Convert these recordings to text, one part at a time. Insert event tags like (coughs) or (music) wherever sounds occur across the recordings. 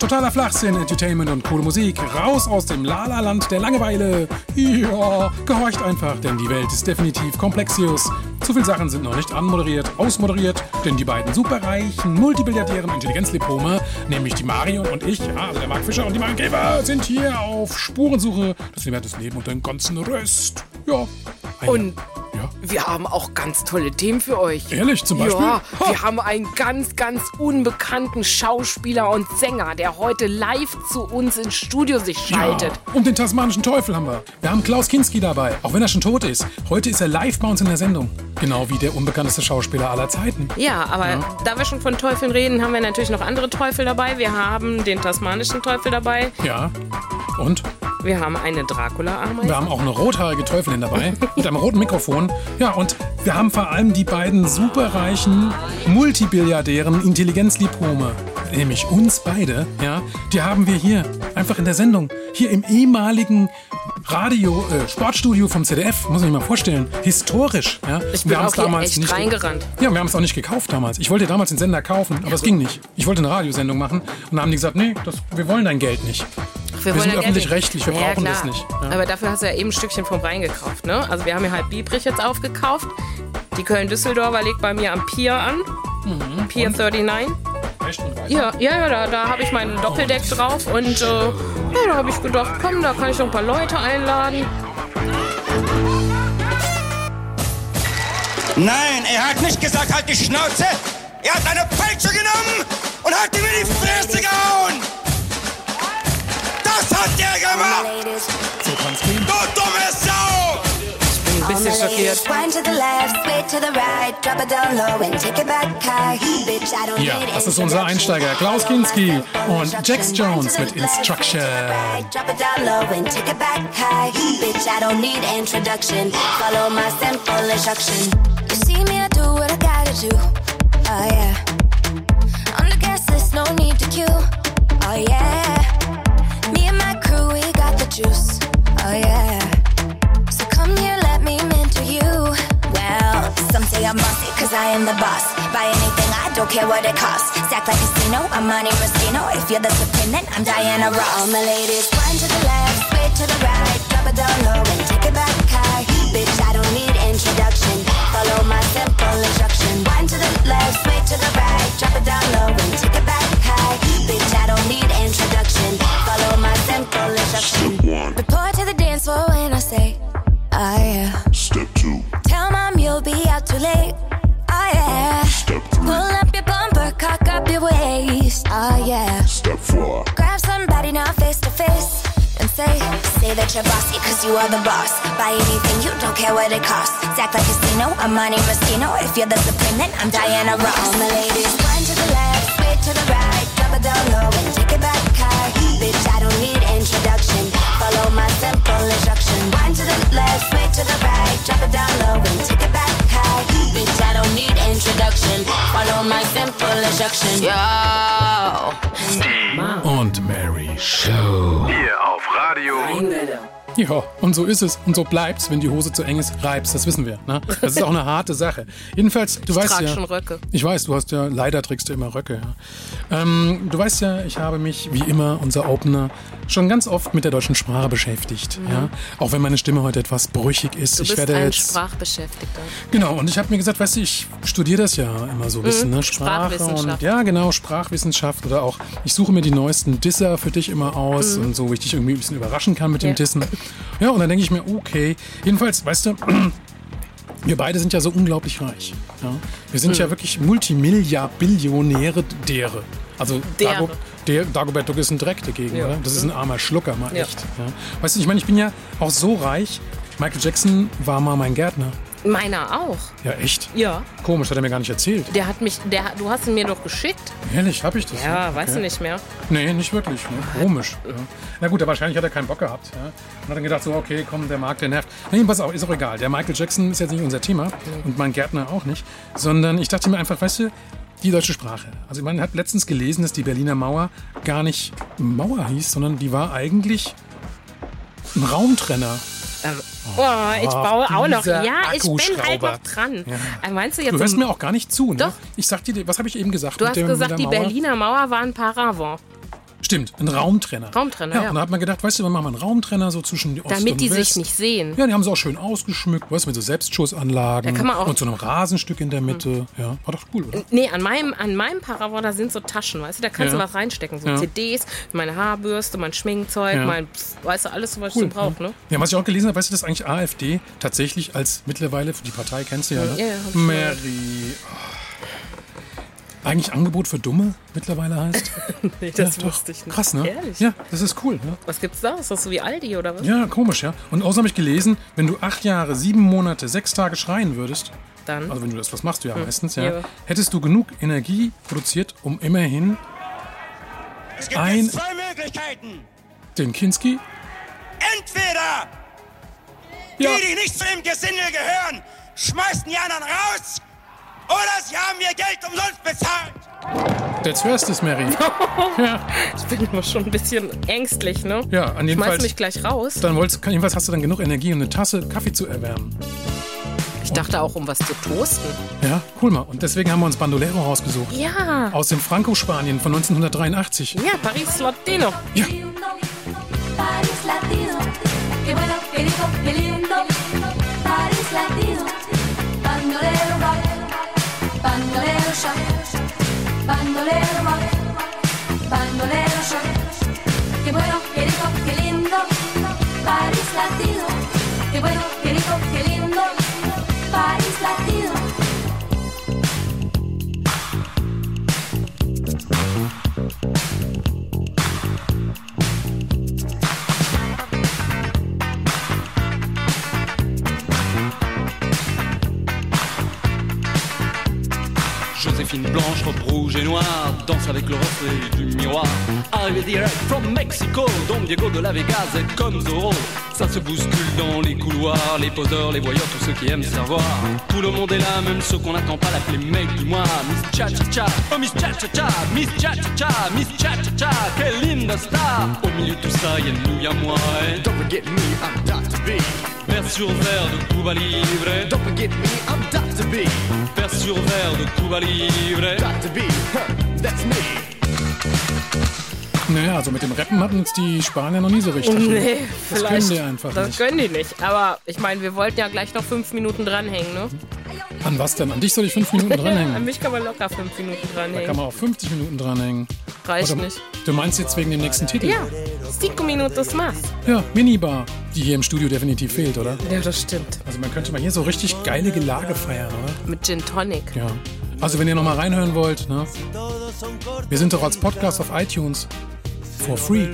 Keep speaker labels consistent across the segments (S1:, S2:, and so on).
S1: Totaler Flachsinn, Entertainment und coole Musik. Raus aus dem Lala-Land der Langeweile. Ja, gehorcht einfach, denn die Welt ist definitiv komplexius. Zu viele Sachen sind noch nicht anmoderiert, ausmoderiert, denn die beiden superreichen, multibilliardären Intelligenzlipome, nämlich die Marion und ich, ja, also der Mark Fischer und die Marion Käfer, sind hier auf Spurensuche. Das Leben hat das Leben und den ganzen Rest. Ja. Eine-
S2: Und
S1: Ja.
S2: wir haben auch ganz tolle Themen für euch.
S1: Ehrlich, zum Beispiel?
S2: Ja,
S1: Ha.
S2: wir haben einen ganz, ganz unbekannten Schauspieler und Sänger, der heute live zu uns ins Studio sich schaltet.
S1: Ja, und den tasmanischen Teufel haben wir. Wir haben Klaus Kinski dabei, auch wenn er schon tot ist. Heute ist er live bei uns in der Sendung. Genau wie der unbekannteste Schauspieler aller Zeiten.
S3: Ja, aber da wir schon von Teufeln reden, haben wir natürlich noch andere Teufel dabei. Wir haben den tasmanischen Teufel dabei.
S1: Ja. Und
S3: Wir haben eine Dracula-Ameise.
S1: wir haben auch eine rothaarige Teufelin dabei mit einem roten Mikrofon. Ja, und wir haben vor allem die beiden superreichen, multibilliardären Intelligenzliebhome. Nämlich uns beide, ja, die haben wir hier, einfach in der Sendung. Hier im ehemaligen Radio, äh, Sportstudio vom ZDF, muss ich mir mal vorstellen. Historisch, ja.
S2: Ich
S1: Wir
S2: bin
S1: haben's
S2: auch hier echt reingerannt.
S1: Ja, wir haben es auch nicht gekauft damals. Ich wollte damals den Sender kaufen, aber es ging nicht. Ich wollte eine Radiosendung machen und dann haben die gesagt, nee, das, wir wollen dein Geld nicht.
S3: Wir,
S1: sind
S3: ja Geld
S1: öffentlich-rechtlich, wir
S3: nehmen. ja,
S1: brauchen
S3: klar.
S1: das nicht. Ja.
S3: Aber dafür hast du ja eben ein Stückchen vom Rhein gekauft, ne? Also wir haben ja halt Biebrich jetzt aufgekauft. Die Köln-Düsseldorfer legt bei mir am Pier an.
S1: Mhm.
S3: Pier 39.
S1: Echt? Und weiter?
S3: Ja, ja, ja, da, da habe ich meinen Doppeldeck drauf und äh, ja, da habe ich gedacht, komm, da kann ich noch ein paar Leute einladen.
S4: Nein, er hat nicht gesagt, halt die Schnauze. Er hat eine Peitsche genommen und hat ihm in die Fresse gehauen. Das hat er gemacht,
S1: So kann's gehen.
S4: du dumme Sau!
S3: Bin ein bisschen schockiert.
S1: Ja, das ist unser Einsteiger Klaus Kinski und Jax Jones mit Instruction.
S5: You see me, I do what I gotta do. Oh yeah. On the guest list, no need to queue. Oh yeah. Me and my crew, we got the juice. Oh yeah. So come here, let me mentor you. Well, some say I'm bossy, cause I am the boss. Buy anything, I don't care what it costs. Stack like casino, I'm Monte Rustino. If you're the supreme, then I'm Diana Ross. All my ladies, one to the left, way to the right. Drop it down low and take it back high. Bitch, I don't need introduction. Follow my simple instruction. One to the left, way to the right. Drop it down low and take it back high. Bitch, I don't need introduction. Follow my simple instruction. Report to the dance floor when I say, oh yeah.
S6: Step two,
S5: Tell mom you'll be out too late. Oh yeah.
S6: step three,
S5: Pull up your bumper, cock up your waist. Oh yeah.
S6: step four,
S5: Grab somebody now face to face and say, say that you're bossy cause you are the boss. Buy anything, you don't care what it costs. Act like casino, I'm Monte Moschino. If you're the supreme, then I'm Diana Ross. All my ladies, one to the left, straight to the right. Drop it down low and take it back high. Bitch, I don't need introduction. Follow my simple instruction. One to the left, straight to the right. Drop it down low and take it back high. Bitch, I don't need introduction. Follow my simple instruction.
S2: Ja.
S1: Und Mary Show.
S7: Hier auf Radio.
S1: Ja, und so ist es. Und so bleibt's, wenn die Hose zu eng ist, reibst. Das wissen wir. Ne? Das ist auch eine harte Sache. Jedenfalls, du weißt
S3: trag
S1: ja.
S3: schon Röcke.
S1: Ich weiß, du hast ja, leider trägst du immer Röcke. Ja. Ähm, du weißt ja, ich habe mich, wie immer, unser Opener, schon ganz oft mit der deutschen Sprache beschäftigt. Ja? Auch wenn meine Stimme heute etwas brüchig ist.
S3: Mhm. Du
S1: ich
S3: bist
S1: werde
S3: ein
S1: jetzt.
S3: Sprachbeschäftigter.
S1: Genau, und ich habe mir gesagt, weißt du, ich studiere das ja immer so ein bisschen, ne? Sprache und
S3: Mhm. Sprachwissenschaft.
S1: ja, genau, Sprachwissenschaft oder auch, ich suche mir die neuesten Disser für dich immer aus und so, wie ich dich irgendwie ein bisschen überraschen kann mit dem
S3: Mhm. Ja.
S1: Dissen. Ja, und dann denke ich mir, okay, jedenfalls, weißt du, (clears throat) wir beide sind ja so unglaublich reich. Ja? Wir sind
S3: Mhm.
S1: ja wirklich Multimilliardbillionäre dere. Also
S3: Dere. Mhm.
S1: Dago, der, Dagobert Duck ist ein Dreck dagegen, oder? Das ist ein armer Schlucker, mal
S3: Ja.
S1: echt. Ja? Weißt du, ich meine, ich bin ja auch so reich. Michael Jackson war mal mein Gärtner.
S3: Meiner auch.
S1: Ja, echt?
S3: Ja.
S1: Komisch, hat er mir gar nicht erzählt.
S3: Der hat mich, der, hat- du hast ihn mir doch geschickt.
S1: Ehrlich, habe ich das?
S3: Ja,
S1: Okay.
S3: weißt du nicht mehr.
S1: Nee, nicht wirklich. Ne? Komisch. Ja. Na gut, aber wahrscheinlich hat er keinen Bock gehabt. Ja? Und hat dann gedacht, so, okay, komm, der Markt, der nervt. Nee, pass auf, ist auch egal. Der Michael Jackson ist jetzt nicht unser Thema und mein Gärtner auch nicht. Sondern ich dachte mir einfach, weißt du, die deutsche Sprache. Also man hat letztens gelesen, dass die Berliner Mauer gar nicht Mauer hieß, sondern die war eigentlich ein Raumtrenner.
S3: Ähm, oh, ich baue auch noch.
S1: dieser
S3: Ja, ich bin halt
S1: Akkuschrauber.
S3: noch dran. Äh, Meinst du jetzt?
S1: Du hörst mir auch gar nicht zu, ne?
S3: Doch.
S1: Ich sag dir, was habe ich eben gesagt?
S3: Du
S1: mit
S3: hast
S1: der- mit
S3: gesagt,
S1: der
S3: die
S1: Mauer?
S3: Berliner Mauer war ein Paravent.
S1: Stimmt, ein Raumtrenner.
S3: Raumtrenner, ja.
S1: Und da hat man gedacht, weißt du, wir machen mal einen Raumtrenner so zwischen die Ost und
S3: Damit die
S1: West.
S3: sich nicht sehen.
S1: Ja, die haben sie auch schön ausgeschmückt, weißt du, mit so Selbstschussanlagen
S3: Da kann man auch-
S1: und so einem Rasenstück in der Mitte. Ja, war doch cool, oder?
S3: Nee, an meinem, an meinem Paravor, da sind so Taschen, weißt du, da kannst
S1: Ja.
S3: du was reinstecken. So
S1: Ja.
S3: CDs, meine Haarbürste, mein Schminkzeug,
S1: Ja.
S3: mein, pss, weißt du, alles, was ich so
S1: (laughs)
S3: brauche, ne?
S1: Ja, was ich auch gelesen habe, weißt du, dass eigentlich AfD tatsächlich als mittlerweile, die Partei kennst du ja, ne?
S3: Ja, ja, hab ich schon.
S1: Mary. ah. Eigentlich Angebot für Dumme mittlerweile heißt.
S3: Nee,
S1: Ja, doch. Krass, ne?
S3: Ehrlich?
S1: Ja, das ist cool, ne?
S3: Was gibt's da? Ist das so wie Aldi oder was?
S1: Ja, komisch, ja. Und außerdem habe ich gelesen, wenn du acht Jahre, sieben Monate, sechs Tage schreien würdest,
S3: Dann.
S1: also wenn du das, was machst du ja meistens, ja,
S3: Mhm. Ja.
S1: hättest du genug Energie produziert, um immerhin
S4: Es gibt
S1: Ein-
S4: jetzt zwei Möglichkeiten.
S1: den Kinski.
S4: Entweder
S1: Ja,
S4: die, die nicht zu dem Gesindel gehören, schmeißen die anderen raus oder sie haben ihr Geld umsonst bezahlt.
S1: that's first is
S3: (laughs)
S1: Mary. ja.
S3: Ich (laughs) bin immer schon ein bisschen ängstlich, ne?
S1: ja, an jeden Fall.
S3: Schmeiß mich gleich raus.
S1: Dann wolltest, kann- jedenfalls hast du dann genug Energie, um eine Tasse Kaffee zu erwärmen.
S3: Ich dachte auch, um was zu toasten.
S1: Ja, cool mal. Und deswegen haben wir uns Bandolero rausgesucht.
S3: Ja. Mhm.
S1: Aus dem Franco-Spanien von 1983.
S3: Ja, Paris Latino.
S5: Paris Latino, qué bueno, qué rico, qué lindo. Paris Latino, bandolero va, bandolero ya, bandolero va, bandolero ya. Qué bueno, qué rico, qué lindo. Paris Latino, qué bueno, qué rico, qué lindo. Paris Latino.
S6: Joséphine blanche, robe rouge et noire, danse avec le reflet du miroir. Arrivé direct from Mexico, Don Diego de la Vegas est comme Zorro. Ça se bouscule dans les couloirs, les poseurs, les voyeurs, tous ceux qui aiment se faire voir. Tout le monde est là, même ceux qu'on n'attend pas, l'appeler mec du mois. Miss Cha Cha Cha, oh Miss Cha Cha Cha, Miss Cha Cha Cha, Miss Cha Cha Cha, quelle linda star. Au milieu de tout ça, y'a nous, y'a moi. eh. et
S7: Don't forget me, I'm Dr. B.
S6: Vers sur verre de Cuba Libre,
S7: Don't forget me, I'm Dr. B.
S6: vers sur verre de Cuba Libre.
S7: Dr. B, huh, that's me.
S1: Naja, also mit dem Rappen hatten uns die Spanier noch nie so richtig.
S3: Nee,
S1: das
S3: vielleicht.
S1: können die einfach
S3: das
S1: nicht.
S3: können die nicht. Aber ich meine, wir wollten ja gleich noch fünf Minuten dranhängen, ne?
S1: An was denn? An dich soll ich fünf
S3: (laughs)
S1: Minuten
S3: An
S1: dranhängen.
S3: mich kann man locker fünf Minuten
S1: Da kann
S3: dranhängen.
S1: man auch 50 Minuten dranhängen.
S3: Reicht
S1: Oder-
S3: nicht.
S1: Du meinst jetzt wegen dem nächsten Titel?
S3: Ja, cinco minutos más.
S1: Ja, Minibar, die hier im Studio definitiv fehlt, oder?
S3: Ja, das stimmt.
S1: Also man könnte mal hier so richtig geile Gelage feiern, oder?
S3: Mit Gin Tonic.
S1: Ja. Also wenn ihr nochmal reinhören wollt, ne? Wir sind doch als Podcast auf iTunes. For free.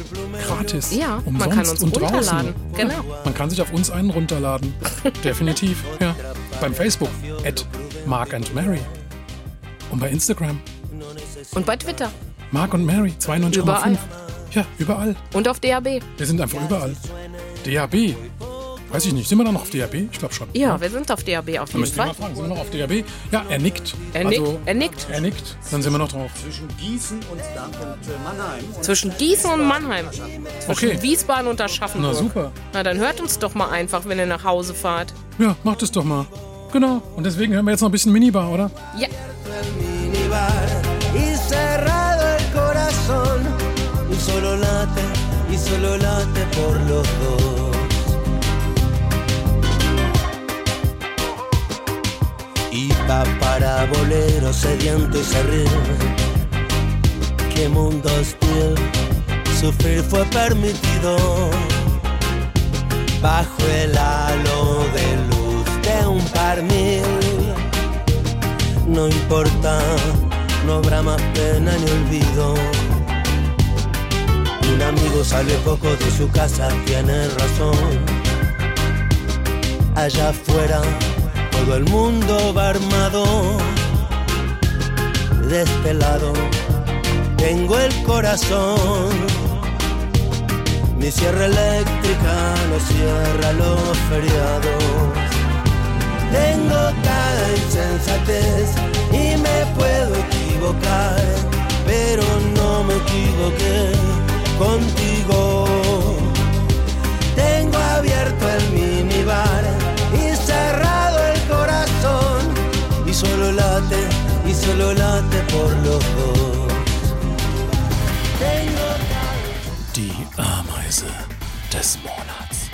S1: Gratis.
S3: Ja, man
S1: umsonst
S3: kann uns
S1: und draußen.
S3: runterladen. Genau.
S1: Ja, man kann sich auf uns einen runterladen. Definitiv. Ja. Beim Facebook. At Mark and Mary. Und bei Instagram.
S3: Und bei Twitter.
S1: Mark und Mary. 92,5.
S3: Überall.
S1: Ja, überall.
S3: Und auf DAB.
S1: Wir sind einfach überall. DAB. Weiß ich nicht. Sind wir da noch auf DAB? Ich glaube schon.
S3: Ja, wir sind auf DAB auf
S1: Da
S3: jeden
S1: müsst ihr mal
S3: Fall.
S1: fragen. Sind wir noch auf DAB? Ja, er nickt.
S3: Er nickt,
S1: Also,
S3: er nickt.
S1: er nickt. Dann sind wir noch drauf.
S3: Zwischen Gießen und Mannheim. Zwischen
S1: Okay.
S3: Wiesbaden und Aschaffenburg.
S1: Na super.
S3: Na, dann hört uns doch mal einfach, wenn ihr nach Hause fahrt.
S1: Ja, macht es doch mal. Genau. Und deswegen hören wir jetzt noch ein bisschen Minibar, oder?
S3: Ja.
S8: minibar y cerrado el corazón. Y solo late, y solo late por los dos. Y va para bolero sediento y se ríe. Qué mundo hostil, sufrir fue permitido. Bajo el halo de luz de un par mil no importa, no habrá más pena ni olvido. Un amigo sale poco de su casa, tiene razón. Allá afuera, todo el mundo va armado. De este lado, tengo el corazón. Mi sierra eléctrica no cierra los feriados. Tengo cada insensatez y me puedo equivocar, pero no me equivoqué contigo. Tengo abierto el minibar y cerrado el corazón y solo late, y solo late por los dos. Tengo cada
S1: des Monats.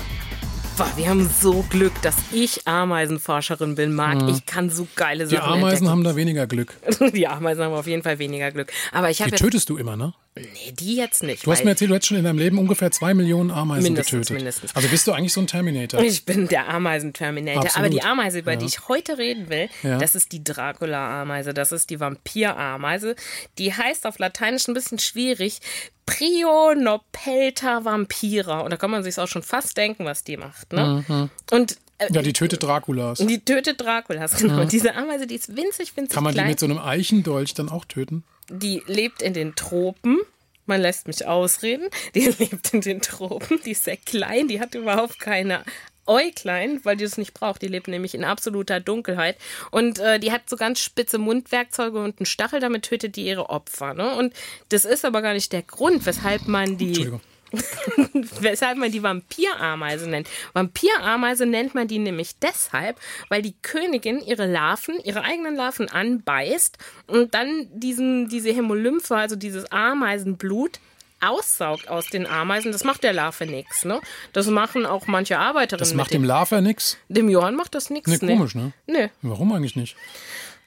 S3: Boah, wir haben so Glück, dass ich Ameisenforscherin bin, Marc. Ich kann so geile
S1: Mhm. Die
S3: Sachen
S1: Ameisen haben da weniger Glück.
S3: entdecken. (laughs) Die Ameisen haben auf jeden Fall weniger Glück. Aber ich
S1: Die
S3: habe jetzt...
S1: tötest du immer, ne?
S3: Nee, die jetzt nicht.
S1: Du hast
S3: weil
S1: mir erzählt, du hättest schon in deinem Leben ungefähr zwei Millionen Ameisen
S3: Mindestens,
S1: getötet.
S3: mindestens.
S1: Also bist du eigentlich so ein Terminator.
S3: ich bin der Ameisen-Terminator.
S1: Absolut.
S3: Aber die Ameise, über die ich heute reden will,
S1: Ja.
S3: das ist die Dracula-Ameise. Das ist die Vampir-Ameise. Die heißt auf Lateinisch ein bisschen schwierig Prionopelta vampira. Und da kann man sich auch schon fast denken, was die macht. Ne? Und äh,
S1: Mhm. Ja, die tötet Draculas.
S3: Die tötet Draculas, genau. Und Diese Ameise, die ist winzig, winzig
S1: Kann man die
S3: klein.
S1: mit so einem Eichendolch dann auch töten?
S3: die lebt in den Tropen. Man lässt mich ausreden. Die (laughs) lebt in den Tropen. Die ist sehr klein. Die hat überhaupt keine Äuglein, weil die es nicht braucht. Die lebt nämlich in absoluter Dunkelheit. Und äh, die hat so ganz spitze Mundwerkzeuge und einen Stachel. Damit tötet die ihre Opfer. Ne? Und das ist aber gar nicht der Grund, weshalb man die
S1: Entschuldigung.
S3: (laughs) weshalb man die Vampirameise nennt. Vampirameise nennt man die nämlich deshalb, weil die Königin ihre Larven, ihre eigenen Larven anbeißt und dann diesen, diese Hämolymphe, also dieses Ameisenblut, aussaugt aus den Ameisen. Das macht der Larve nichts, ne? Das machen auch manche Arbeiterinnen.
S1: Das
S3: mit
S1: macht dem Larver nix.
S3: dem Johann macht das nichts.
S1: Ne, komisch, ne?
S3: Nö,
S1: Warum eigentlich nicht?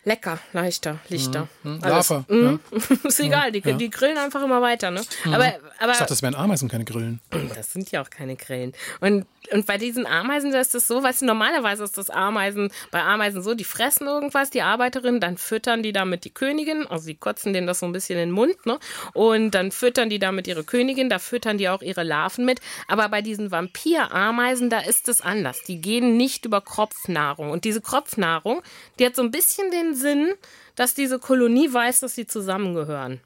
S3: lecker, leichter, lichter. Alles. Mhm.
S1: Larver. Mhm. Ja.
S3: (laughs)
S1: Mhm.
S3: Ist egal, die, die grillen einfach immer weiter, ne? Aber, aber
S1: Ich dachte, das wären Ameisen, keine Grillen.
S3: Das sind ja auch keine Grillen. Und, und bei diesen Ameisen, da ist das so, weißt du, normalerweise ist das Ameisen, bei Ameisen so, die fressen irgendwas, die Arbeiterinnen, dann füttern die damit die Königin, also die kotzen denen das so ein bisschen in den Mund, ne? Und dann füttern die damit ihre Königin, da füttern die auch ihre Larven mit. Aber bei diesen Vampirameisen, da ist es anders. Die gehen nicht über Kropfnahrung. Und diese Kropfnahrung, die hat so ein bisschen den Sinn, dass diese Kolonie weiß, dass sie zusammengehören.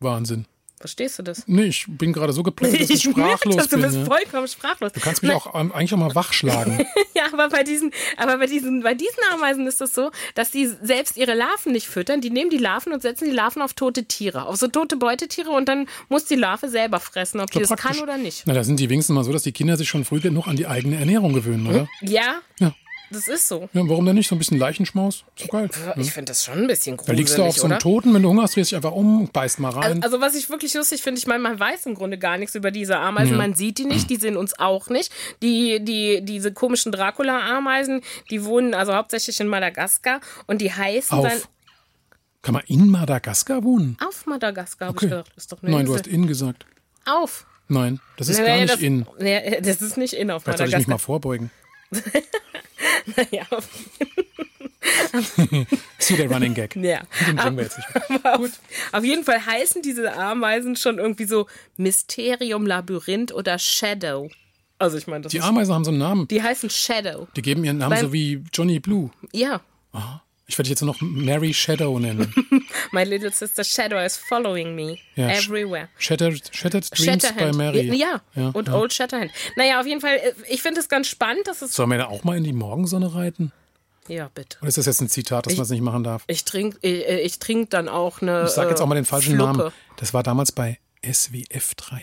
S1: Wahnsinn.
S3: Verstehst du das?
S1: Nee, ich bin gerade so geplättet,
S3: (laughs)
S1: dass ich sprachlos
S3: merke das, du
S1: bin.
S3: bist
S1: ne?
S3: vollkommen sprachlos.
S1: Du kannst mich auch ähm, eigentlich auch mal
S3: (laughs)
S1: wachschlagen.
S3: Ja, aber bei diesen, aber bei diesen, bei diesen Ameisen ist es so, dass die selbst ihre Larven nicht füttern. Die nehmen die Larven und setzen die Larven auf tote Tiere, auf so tote Beutetiere und dann muss die Larve selber fressen, ob die
S1: So
S3: das
S1: praktisch.
S3: kann oder nicht.
S1: Na, da sind die wenigstens mal so, dass die Kinder sich schon früh genug an die eigene Ernährung gewöhnen, oder?
S3: Ja,
S1: Ja.
S3: das ist so.
S1: ja warum denn nicht? So ein bisschen Leichenschmaus? So
S3: Äh,
S1: geil. Ja.
S3: Ich finde das schon ein bisschen gruselig,
S1: Da liegst du auf so einem
S3: oder?
S1: Toten, wenn du Hunger hast, drehst dich einfach um, beißt mal rein.
S3: Also was ich wirklich lustig finde, ich meine, man weiß im Grunde gar nichts über diese Ameisen. Man sieht die nicht, die sehen uns auch nicht. Die, die, diese komischen Dracula-Ameisen, die wohnen also hauptsächlich in Madagaskar und die heißen dann
S1: auf. Kann man in Madagaskar wohnen?
S3: auf Madagaskar, habe
S1: Okay.
S3: ich gedacht. Ist doch eine
S1: Nein, du
S3: Insel.
S1: hast in gesagt.
S3: auf.
S1: Nein, das ist
S3: Nee,
S1: gar
S3: nee,
S1: nicht
S3: das,
S1: in.
S3: Nee, das ist nicht in auf
S1: Vielleicht sollte ich mich mal
S3: Madagaskar.
S1: vorbeugen.
S3: (laughs) Ja, auf,
S1: (laughs) Ist hier der Running
S3: (laughs)
S1: Gag.
S3: ja.
S1: Den bringen wir jetzt nicht.
S3: (laughs)
S1: mehr.
S3: auf, auf jeden Fall heißen diese Ameisen schon irgendwie so Mysterium, Labyrinth oder Shadow. Also ich meine, das
S1: Die
S3: ist,
S1: Ameisen haben so einen Namen.
S3: die heißen Shadow.
S1: Die geben ihren Namen
S3: Beim-
S1: so wie Johnny Blue.
S3: Ja.
S1: Ich werde dich jetzt nur noch Mary Shadow
S3: (laughs)
S1: nennen.
S3: My little sister Shadow is following me
S1: Ja, sh-
S3: everywhere.
S1: Shattered, Shattered Dreams by
S3: Shatterhand.
S1: Mary.
S3: Ja, und Old Shatterhand. Naja, auf jeden Fall, äh, ich finde es ganz spannend, dass es.
S1: Sollen wir da auch mal in die Morgensonne reiten?
S3: Ja, bitte.
S1: Oder ist das jetzt ein Zitat, dass man es nicht machen darf?
S3: Ich trinke ich, ich trink dann auch eine. äh,
S1: Ich sag jetzt auch mal den falschen
S3: Fluppe.
S1: Namen. Das war damals bei SWF 3.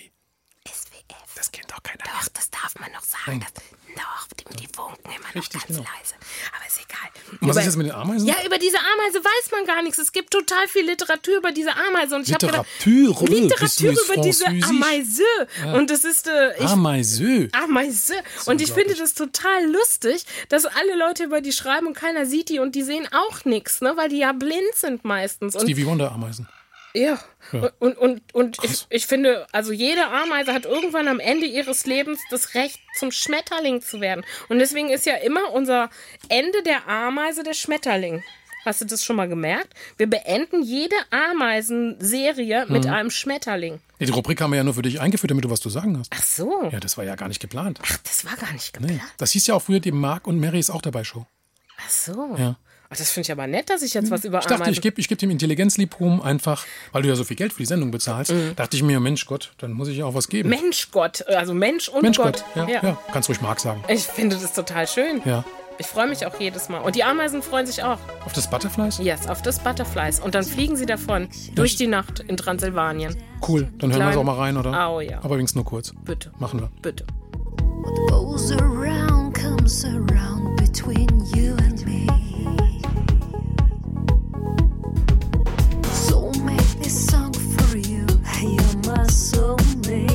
S1: SWF? Das kennt doch keiner.
S2: Ach, das darf man noch sagen. Das, doch, die, die funken immer noch
S1: Oh. Richtig,
S2: ganz
S1: genau.
S2: leise. Aber ist egal.
S1: Und was
S3: Über-
S1: ist jetzt mit den Ameisen?
S3: Ja, über diese Ameise weiß man gar nichts. Es gibt total viel Literatur über diese Ameise. Und ich hab gedacht,
S1: Literatur, äh,
S3: Literatur
S1: bist du
S3: über diese
S1: französisch?
S3: Ameise. Und das ist, äh, ich, Ah,
S1: Ameiseux.
S3: Ameise. Und ich finde das total lustig, dass alle Leute über die schreiben und keiner sieht die und die sehen auch nichts, ne? weil die ja blind sind meistens. Und,
S1: Stevie Wonder Ameisen.
S3: ja.
S1: Ja.
S3: und, und, und ich, ich finde, also jede Ameise hat irgendwann am Ende ihres Lebens das Recht, zum Schmetterling zu werden. Und deswegen ist ja immer unser Ende der Ameise der Schmetterling. Hast du das schon mal gemerkt? Wir beenden jede Ameisenserie mit
S1: Mhm.
S3: einem Schmetterling.
S1: Nee, die Rubrik haben wir ja nur für dich eingeführt, damit du was zu sagen hast.
S3: Ach so,
S1: Ja, das war ja gar nicht geplant.
S3: das war gar nicht geplant.
S1: Nee. Das hieß ja auch früher die Mark und Mary ist auch dabei Show.
S3: Ach so.
S1: Ja. Mhm.
S3: Ach, das finde ich aber nett, dass ich jetzt was über
S1: Ich dachte,
S3: Ameisen...
S1: ich gebe ich geb dem Intelligenzliebhuben einfach, weil du ja so viel Geld für die Sendung bezahlst, dachte ich mir, Mensch Gott, dann muss ich ja auch was geben.
S3: Mhm. Mensch Gott, also Mensch und
S1: Mensch
S3: Gott.
S1: Gott. Ja, ja. Kannst ruhig Mark sagen.
S3: Ich finde das total schön.
S1: Ja.
S3: Ich freue mich auch jedes Mal. Und die Ameisen freuen sich auch.
S1: Auf das Butterflies?
S3: Yes, auf das Butterflies. Und dann fliegen sie davon. Durch die Nacht in Transsilvanien.
S1: Cool, dann hören wir es
S3: Klein-
S1: auch mal rein, oder?
S3: Au, ja.
S1: Aber übrigens nur kurz.
S3: Bitte.
S1: Machen wir.
S3: Bitte.
S5: What goes around comes around between you and me. So make this song for you. You're my soulmate.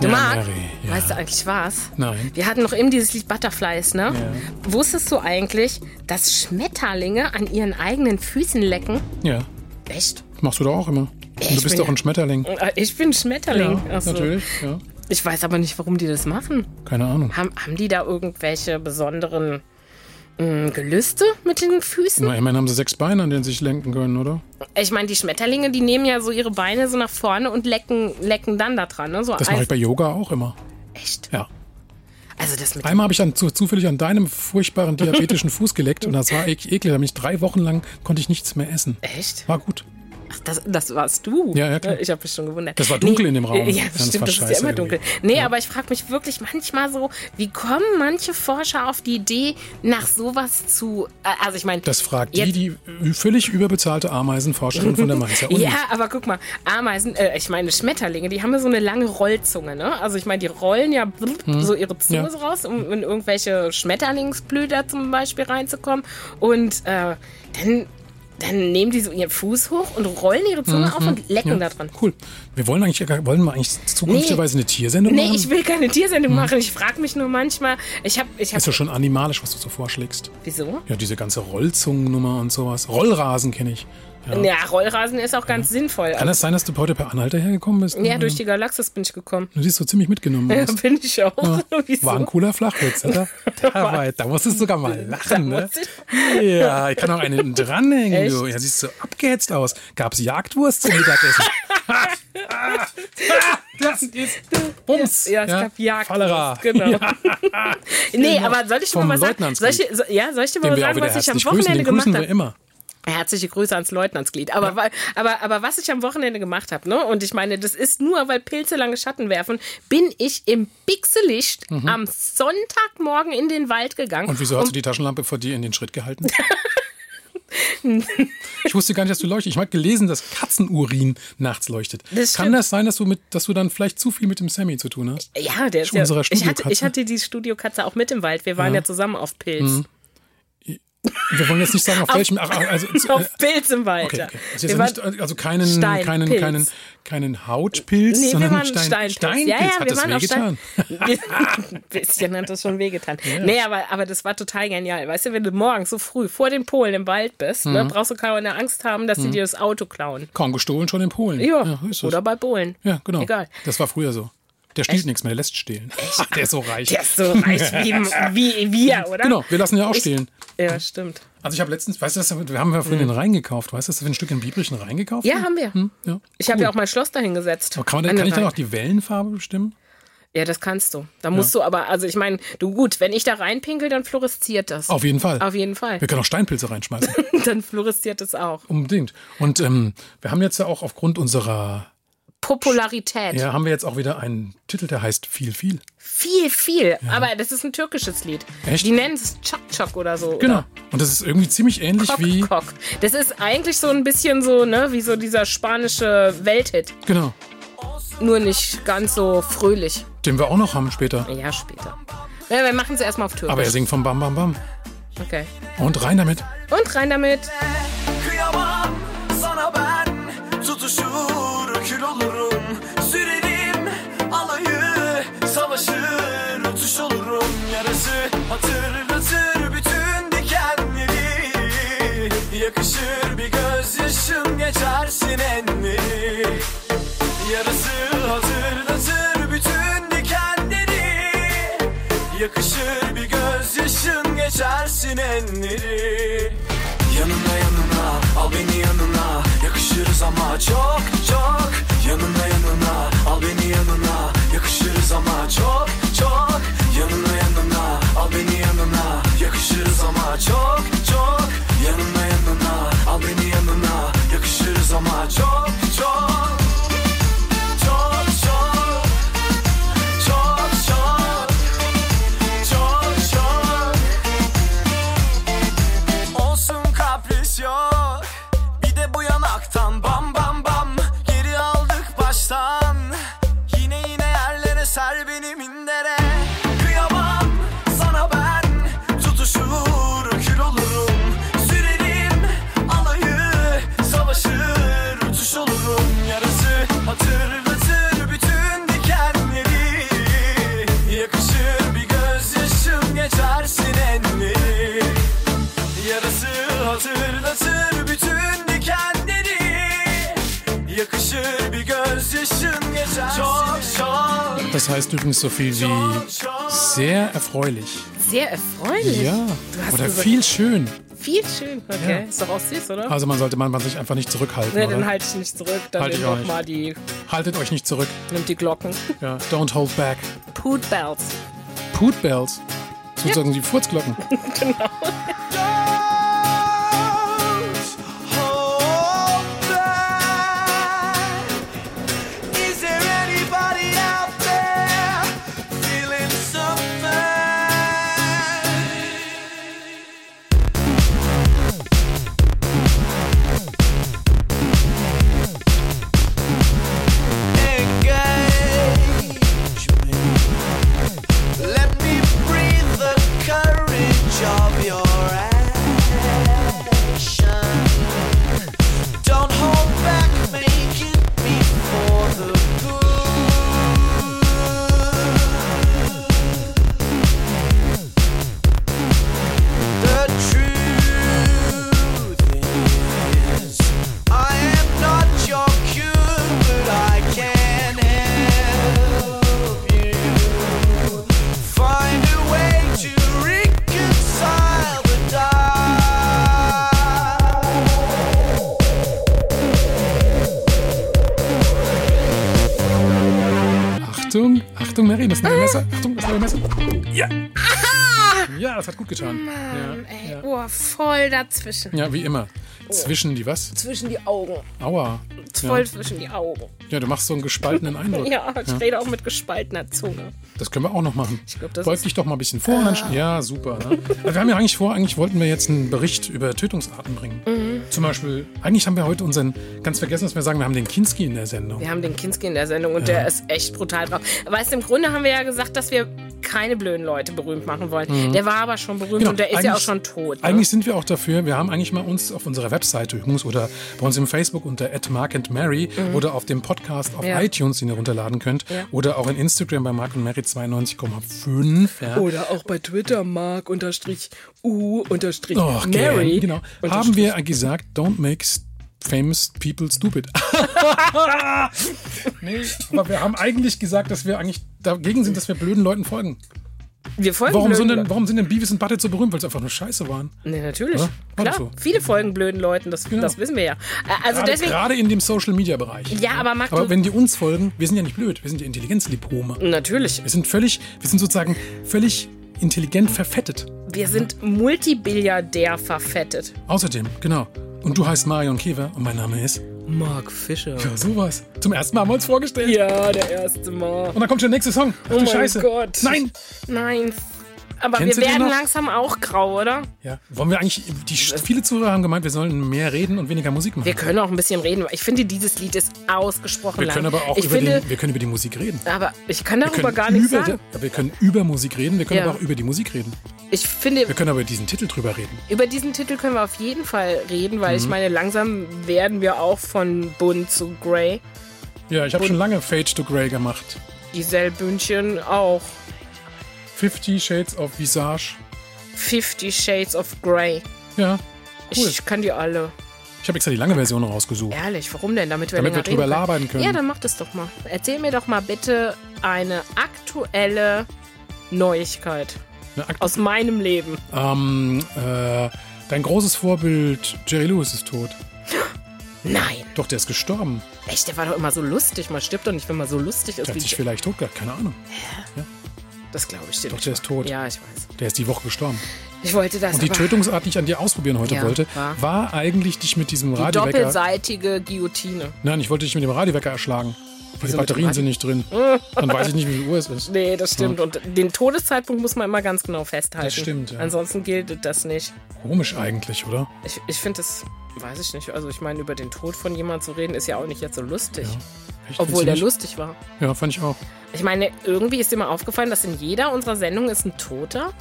S3: Du Marc, weißt du eigentlich was?
S1: Nein.
S3: Wir hatten noch eben dieses Lied Butterflies, ne?
S1: Ja.
S3: Wusstest du eigentlich, dass Schmetterlinge an ihren eigenen Füßen lecken?
S1: Ja.
S3: Echt?
S1: Machst du doch auch immer. Und
S3: Ich
S1: du bist
S3: bin-
S1: doch ein Schmetterling.
S3: Äh, Ich bin Schmetterling.
S1: Ja,
S3: Ach so.
S1: natürlich. Ja.
S3: Ich weiß aber nicht, warum die das machen.
S1: Keine Ahnung.
S3: Haben, haben die da irgendwelche besonderen mh, Gelüste mit den Füßen?
S1: Na, immerhin haben sie sechs Beine, an denen sie sich lenken können, oder?
S3: Ich meine, die Schmetterlinge, die nehmen ja so ihre Beine so nach vorne und lecken, lecken dann da dran. Ne? So
S1: Das mache ich
S3: ein-
S1: bei Yoga auch immer.
S3: Echt?
S1: Ja.
S3: Also das mit
S1: Einmal habe ich dann zu, zufällig an deinem furchtbaren
S3: (laughs)
S1: diabetischen Fuß geleckt und das war ek eklig. Da bin ich drei Wochen lang konnte ich nichts mehr essen.
S3: Echt?
S1: War gut.
S3: Ach, das, das warst du.
S1: Ja, ja, klar.
S3: Ich habe mich schon gewundert.
S1: Das war dunkel in dem Raum.
S3: äh, Ja,
S1: Ja, das
S3: das stimmt,
S1: war
S3: das ist ja
S1: scheiße
S3: immer dunkel.
S1: irgendwie.
S3: Nee, aber ich frage mich wirklich manchmal so, wie kommen manche Forscher auf die Idee, nach sowas zu. äh, Also ich meine.
S1: Das fragt
S3: jetzt-
S1: die, die völlig überbezahlte Ameisenforscherin von der Mainzer Uni.
S3: Ja, aber guck mal, Ameisen, äh, ich meine Schmetterlinge, die haben ja so eine lange Rollzunge, ne? Also ich meine, die rollen ja blub, so ihre Zunge
S1: Mhm. Ja.
S3: so raus, um in irgendwelche Schmetterlingsblüter zum Beispiel reinzukommen. Und äh, dann, dann nehmen die so ihren Fuß hoch und rollen ihre Zunge
S1: Mhm.
S3: auf und lecken da dran.
S1: Cool. Wir wollen eigentlich, wollen wir eigentlich zukünftigerweise eine Tiersendung
S3: Nee,
S1: machen?
S3: ich will keine Tiersendung machen. Ich frage mich nur manchmal. Ich habe, ich
S1: Mhm. ist
S3: habe,
S1: ja schon animalisch, was du so vorschlägst.
S3: (laughs) wieso?
S1: Ja, diese ganze Rollzungennummer und sowas. Rollrasen kenne ich.
S3: Ja. Rollrasen ist auch ganz sinnvoll.
S1: Kann das sein, dass du heute per Anhalter hergekommen bist?
S3: ja, durch die Galaxis bin ich gekommen.
S1: Du siehst so ziemlich mitgenommen
S3: Ja,
S1: aus.
S3: (laughs) bin ich auch. Wieso?
S1: War ein cooler Flachwitz,
S3: (laughs)
S1: oder? Da, war, da musstest du sogar mal lachen, ne?
S3: musste
S1: Ja, ich kann auch einen hinten dranhängen,
S3: Echt?
S1: du. Ja, siehst so abgehetzt aus. Gab's Jagdwurst zum
S3: (laughs)
S1: Mittagessen? (laughs) das ist Bums.
S3: Ja, es gab Jagd.
S1: Fallera.
S3: Genau. (laughs) nee, aber soll ich
S1: Vom
S3: mal was sagen? Soll
S1: Leutnantsglied.
S3: ich, so, ja, soll ich dir mal
S1: Den
S3: was
S1: wir auch
S3: sagen,
S1: wieder
S3: was ich am
S1: herzlich grüßen.
S3: Wochenende
S1: Den
S3: gemacht
S1: grüßen wir
S3: habe?
S1: immer.
S3: Herzliche Grüße ans Leutnantsglied. Aber, weil- aber, aber was ich am Wochenende gemacht habe, ne? und ich meine, das ist nur, weil Pilze lange Schatten werfen, bin ich im Pixellicht am Sonntagmorgen in den Wald gegangen.
S1: Mhm. Und wieso hast du die Taschenlampe vor dir in den Schritt
S3: (laughs)
S1: gehalten? ich wusste gar nicht, dass du leuchtest. Ich habe gelesen, dass Katzenurin nachts leuchtet.
S3: Das
S1: Kann
S3: stimmt.
S1: das sein, dass du, mit, dass du dann vielleicht zu viel mit dem Sammy zu tun hast?
S3: ja, der ist
S1: Schon
S3: ja,
S1: unserer
S3: ich, hatte,
S1: Studiokatze?
S3: ich hatte die Studiokatze auch mit im Wald. Wir waren ja, zusammen auf Pilz.
S1: Mhm. Wir wollen jetzt nicht sagen, auf, welchem. Ach, also, äh,
S3: (laughs) (laughs) Auf Pilz im Wald.
S1: okay,
S3: ja.
S1: okay. Also, jetzt
S3: Wir waren-
S1: nicht, also keinen,
S3: Steinpilz.
S1: keinen, keinen, keinen Hautpilz,
S3: Nee, wir
S1: sondern
S3: waren
S1: Stein,
S3: Steinpilz.
S1: Steinpilz.
S3: Ja, ja,
S1: hat
S3: wir
S1: das
S3: waren auf
S1: wehgetan?
S3: Stein. (laughs) Ein bisschen hat das schon wehgetan. Nee, aber, aber das war total genial. Weißt du, wenn du morgens so früh vor den Polen im Wald bist,
S1: Mhm.
S3: ne, brauchst du keine Angst haben, dass sie dir das Auto klauen.
S1: Kaum gestohlen, schon in Polen.
S3: Ja,
S1: Mhm. ist das.
S3: oder bei Polen.
S1: ja genau.
S3: Egal.
S1: Das war früher so. Der stiehlt nichts mehr, der lässt stehlen. (laughs) Der ist so reich.
S3: Der ist so reich wie, wie
S1: (laughs)
S3: wir, oder?
S1: Genau, wir lassen ja auch
S3: Ich-
S1: stehlen.
S3: Ja, stimmt.
S1: Also ich habe letztens, weißt du, das- wir haben ja vorhin den Rhein gekauft, weißt du, dass wir ein Stück in Biebrich einen Rhein gekauft
S3: Hm. Ja,
S1: haben?
S3: haben wir.
S1: Ja.
S3: Ich habe ja auch mein Schloss dahingesetzt.
S1: Aber kann, man, denn-
S3: An
S1: kann
S3: den
S1: ich dann
S3: Rhein.
S1: auch die Wellenfarbe bestimmen?
S3: Ja, das kannst du. Da musst du aber, also ich meine, du gut, wenn ich da reinpinkel, dann fluoresziert das.
S1: Auf jeden Fall.
S3: Auf jeden Fall.
S1: Wir können auch Steinpilze reinschmeißen.
S3: (laughs) dann fluoresziert es auch.
S1: Unbedingt. Und ähm, wir haben jetzt ja auch aufgrund unserer,
S3: Popularität.
S1: ja, haben wir jetzt auch wieder einen Titel, der heißt Viel, viel.
S3: Viel, viel. Aber das ist ein türkisches Lied.
S1: Echt?
S3: Die nennen es Chak Chak oder so.
S1: Genau.
S3: Oder
S1: Und das ist irgendwie ziemlich ähnlich
S3: Kok
S1: wie.
S3: Kok. Das ist eigentlich so ein bisschen so, ne, wie so dieser spanische Welthit.
S1: Genau.
S3: Nur nicht ganz so fröhlich.
S1: Den wir auch noch haben später.
S3: Ja, später. Ja, wir machen es erstmal auf Türkisch.
S1: Aber er singt vom Bam Bam Bam.
S3: okay.
S1: Und rein damit.
S3: Und rein damit.
S9: Kıyamam sana ben Tutuşur kül olurum Sürerim alayı Savaşır geçersin enni Yarısı hazırlatır bütün dikenleri Yakışır bir gözyaşın geçersin enleri Yanına yanına al beni yanına Yakışırız ama çok çok Yanına yanına al beni yanına Yakışırız ama çok çok Yanına yanına al beni yanına Yakışırız ama çok çok Yanına yanına al beni yanına Yakışırız ama çok çok Çok çok Çok çok Çok çok Olsun kapris yok Bir de bu yanaktan bam bam bam Geri aldık baştan Yine yine yerlere ser beni mindere Kıyamam sana ben Tutuşur kül olurum Sürerim alayı Savaşır uçuş olurum Yarası hatırlatır bütün dikenleri Yakışır bir gözyaşım geçersin enleri Yarası hatırlatır bütün dikenleri Yakışır bir gözyaşın geçer Çok çok
S1: Das heißt übrigens so viel wie sehr erfreulich.
S3: Sehr erfreulich.
S1: Ja, oder viel schön.
S3: Viel schön. Okay.
S1: Ja.
S3: Ist doch auch süß, oder?
S1: Also man sollte manchmal sich einfach nicht zurückhalten.
S3: ne, dann
S1: oder?
S3: halte ich nicht zurück. Dann
S1: Halt ich
S3: nimm
S1: auch
S3: doch
S1: nicht.
S3: mal die,
S1: Haltet euch nicht zurück.
S3: nimm die Glocken.
S1: Ja. Don't hold back.
S3: Poot Bells.
S1: Poot Bells. Sozusagen die Furzglocken.
S9: Is there anybody out there feeling something? Engagement. Let me breathe the courage of your action. Don't hold back, make it be for the good. The truth is, I am not your cure, but I can help you find a way to reconcile the dark.
S1: Achtung, Achtung, Mary, das neue Messer. Achtung, das neue Messer. Ja. Ja, das hat gut getan. Ja, ja.
S3: Oh, voll dazwischen.
S1: ja wie immer. Zwischen die was?
S3: Zwischen die Augen.
S1: Aua.
S3: Voll
S1: Ja.
S3: zwischen die Augen.
S1: ja, du machst so einen gespaltenen Eindruck.
S3: (laughs) Ja, ich rede auch mit gespaltener Zunge.
S1: Das können wir auch noch machen.
S3: glaub, das
S1: Beug
S3: ist- Ah.
S1: dich doch mal ein bisschen vor. Mensch. Ja, super. Ne? Wir haben ja eigentlich vor, eigentlich wollten wir jetzt einen Bericht über Tötungsarten bringen.
S3: Mhm.
S1: Zum Beispiel, eigentlich haben wir heute unseren, ganz vergessen, dass wir sagen, wir haben den Kinski in der Sendung.
S3: Wir haben den Kinski in der Sendung und der ist echt brutal drauf. Weißt du, im Grunde haben wir ja gesagt, dass wir keine blöden Leute berühmt machen wollen. Der war aber schon berühmt und der ist ja auch
S1: Mhm. Genau, eigentlich-
S3: schon tot. Ne?
S1: Eigentlich sind wir auch dafür. Wir haben eigentlich mal uns auf unserer Webseite übrigens oder bei uns im Facebook unter @markandmary oder auf dem Podcast auf
S3: Mhm. Ja.
S1: iTunes, den ihr runterladen könnt, oder auch in Instagram bei Mark und Mary 92,5. Ja.
S3: Oder auch bei Twitter, Mark unterstrich U unterstrich
S1: Och,
S3: Mary.
S1: gern, genau. Haben wir gesagt, don't make s- famous people
S3: (laughs)
S1: stupid. nee, aber wir haben eigentlich gesagt, dass wir eigentlich dagegen sind, dass wir blöden Leuten folgen.
S3: Wir folgen
S1: Warum,
S3: blöden
S1: sind denn,
S3: Leuten.
S1: warum sind denn Beavis und Butthead so berühmt? Weil es einfach nur scheiße waren.
S3: Nee, natürlich.
S1: Ja, war
S3: Klar,
S1: doch so.
S3: viele folgen blöden Leuten, das, das wissen wir ja. Äh, Also
S1: Gerade,
S3: deswegen.
S1: gerade in dem Social-Media-Bereich.
S3: Ja, aber Marc,
S1: Aber
S3: du-
S1: wenn die uns folgen, wir sind ja nicht blöd, wir sind ja Intelligenzlipome.
S3: Natürlich.
S1: Wir sind völlig, wir sind sozusagen völlig intelligent verfettet.
S3: Wir sind Multibilliardär verfettet.
S1: Außerdem, genau. Und du heißt Marion Käfer und mein Name ist.
S3: Mark Fischer.
S1: Ja, sowas. Zum ersten Mal haben wir uns vorgestellt.
S3: Ja, der erste Mal.
S1: Und dann kommt schon der nächste Song. Ach,
S3: Oh
S1: du
S3: mein
S1: Scheiße.
S3: Gott.
S1: Nein.
S3: Nein. Aber
S1: Kennst
S3: wir
S1: du den
S3: werden
S1: noch?
S3: langsam auch grau, oder?
S1: Ja, wollen wir eigentlich, die, viele Zuhörer haben gemeint, wir sollen mehr reden und weniger Musik machen.
S3: Wir können auch ein bisschen reden. weil Ich finde, dieses Lied ist ausgesprochen
S1: Wir
S3: lang.
S1: können aber auch
S3: ich
S1: über,
S3: finde,
S1: den, wir können über die Musik reden.
S3: aber ich kann
S1: Wir
S3: darüber
S1: können,
S3: gar nichts
S1: über,
S3: sagen.
S1: Ja, wir können über Musik reden, wir können
S3: Ja.
S1: aber auch über die Musik reden.
S3: Ich finde,
S1: Wir können aber über diesen Titel drüber reden.
S3: über diesen Titel können wir auf jeden Fall reden, weil
S1: Mhm.
S3: ich meine, langsam werden wir auch von bunt zu grey.
S1: Ja, ich habe schon lange Fade to Grey gemacht.
S3: Giselle Bündchen auch.
S1: Fifty Shades of Visage.
S3: Fifty Shades of Grey.
S1: Ja, cool.
S3: Ich kann die alle.
S1: Ich habe extra die lange Version rausgesucht.
S3: Ehrlich, warum denn? Damit wir,
S1: Damit
S3: länger
S1: wir drüber
S3: reden
S1: labern können.
S3: Ja, dann mach das doch mal. Erzähl mir doch mal bitte eine aktuelle Neuigkeit
S1: Eine Akt-
S3: aus meinem Leben.
S1: ähm, äh, dein großes Vorbild, Jerry Lewis, ist tot.
S3: Nein.
S1: Doch, der ist gestorben.
S3: Echt, der war doch immer so lustig. Man stirbt doch nicht, wenn man so lustig ist
S1: Der
S3: wie
S1: hat sich vielleicht totgehalten, keine Ahnung.
S3: Das glaube ich dir
S1: Doch,
S3: nicht.
S1: der ist tot.
S3: Ja, ich weiß.
S1: Der ist die Woche gestorben.
S3: Ich wollte das
S1: Und die
S3: aber-
S1: Tötungsart, die ich an dir ausprobieren heute
S3: Ja,
S1: wollte,
S3: war-
S1: war, eigentlich dich mit diesem
S3: Die
S1: Radiowecker.
S3: doppelseitige Guillotine.
S1: Nein, ich wollte dich mit dem Radiowecker erschlagen. Weil die
S3: mit dem
S1: Batterien
S3: Radio-
S1: sind nicht
S3: (laughs)
S1: drin. Dann weiß ich nicht, wie viel Uhr es ist.
S3: Nee, das stimmt. Und den Todeszeitpunkt muss man immer ganz genau festhalten.
S1: Hm. Das stimmt, ja.
S3: Ansonsten gilt das nicht.
S1: Komisch eigentlich, oder?
S3: Ich, ich finde das, weiß ich nicht. Also ich meine, über den Tod von jemandem zu reden, ist ja auch nicht jetzt so lustig.
S1: Echt,
S3: Obwohl
S1: findest du
S3: der
S1: nicht?
S3: lustig war.
S1: Ja, fand ich auch.
S3: Ich meine, irgendwie ist dir mal aufgefallen, dass in jeder unserer Sendungen ist ein Toter.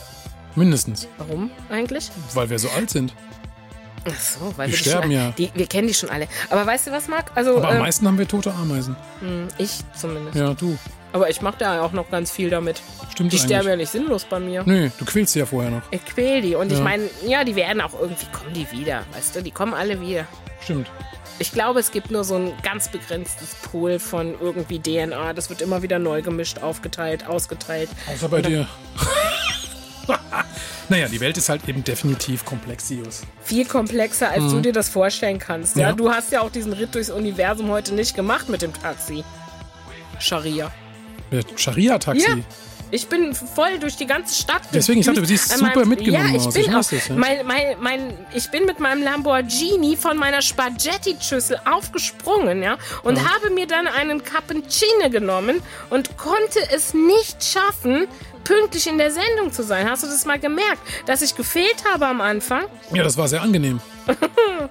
S1: Mindestens.
S3: Warum eigentlich?
S1: Weil wir so alt sind.
S3: Ach so, weil
S1: Die
S3: wir
S1: sterben
S3: die schon,
S1: ja.
S3: Die, wir kennen die schon alle. Aber weißt du was, Marc? Also
S1: Aber am
S3: ähm,
S1: meisten haben wir tote Ameisen.
S3: ich zumindest.
S1: Ja, du.
S3: Aber ich mache da auch noch ganz viel damit.
S1: Stimmt
S3: Die
S1: eigentlich.
S3: sterben ja nicht sinnlos bei mir.
S1: Nee, du quälst sie ja vorher noch.
S3: Ich quäl die. Und ich
S1: Ja.
S3: meine, ja, die werden auch irgendwie, kommen die wieder, weißt du? Die kommen alle wieder.
S1: Stimmt.
S3: Ich glaube, es gibt nur so ein ganz begrenztes Pool von irgendwie DNA. Das wird immer wieder neu gemischt, aufgeteilt, ausgeteilt.
S1: Außer bei dir. (laughs) naja, die Welt ist halt eben definitiv komplexius.
S3: Viel komplexer, als du dir das vorstellen kannst. Ja?
S1: Ja.
S3: du hast ja auch diesen Ritt durchs Universum heute nicht gemacht mit dem Taxi. Scharia.
S1: Der Scharia-Taxi.
S3: Ja. Ich bin voll durch die ganze Stadt.
S1: Deswegen, ich dachte, du siehst
S3: gedüst.
S1: super
S3: An meinem-
S1: mitgenommen
S3: ja, ich
S1: aus.
S3: Bin
S1: Ich
S3: auch,
S1: weiß das, ja.
S3: mein, mein, mein, ich bin mit meinem Lamborghini von meiner Spaghetti-Schüssel aufgesprungen, ja, und habe mir dann einen Cappuccino genommen und konnte es nicht schaffen, pünktlich in der Sendung zu sein. Hast du das mal gemerkt, dass ich gefehlt habe am Anfang?
S1: Ja, das war sehr
S3: (laughs)
S1: angenehm.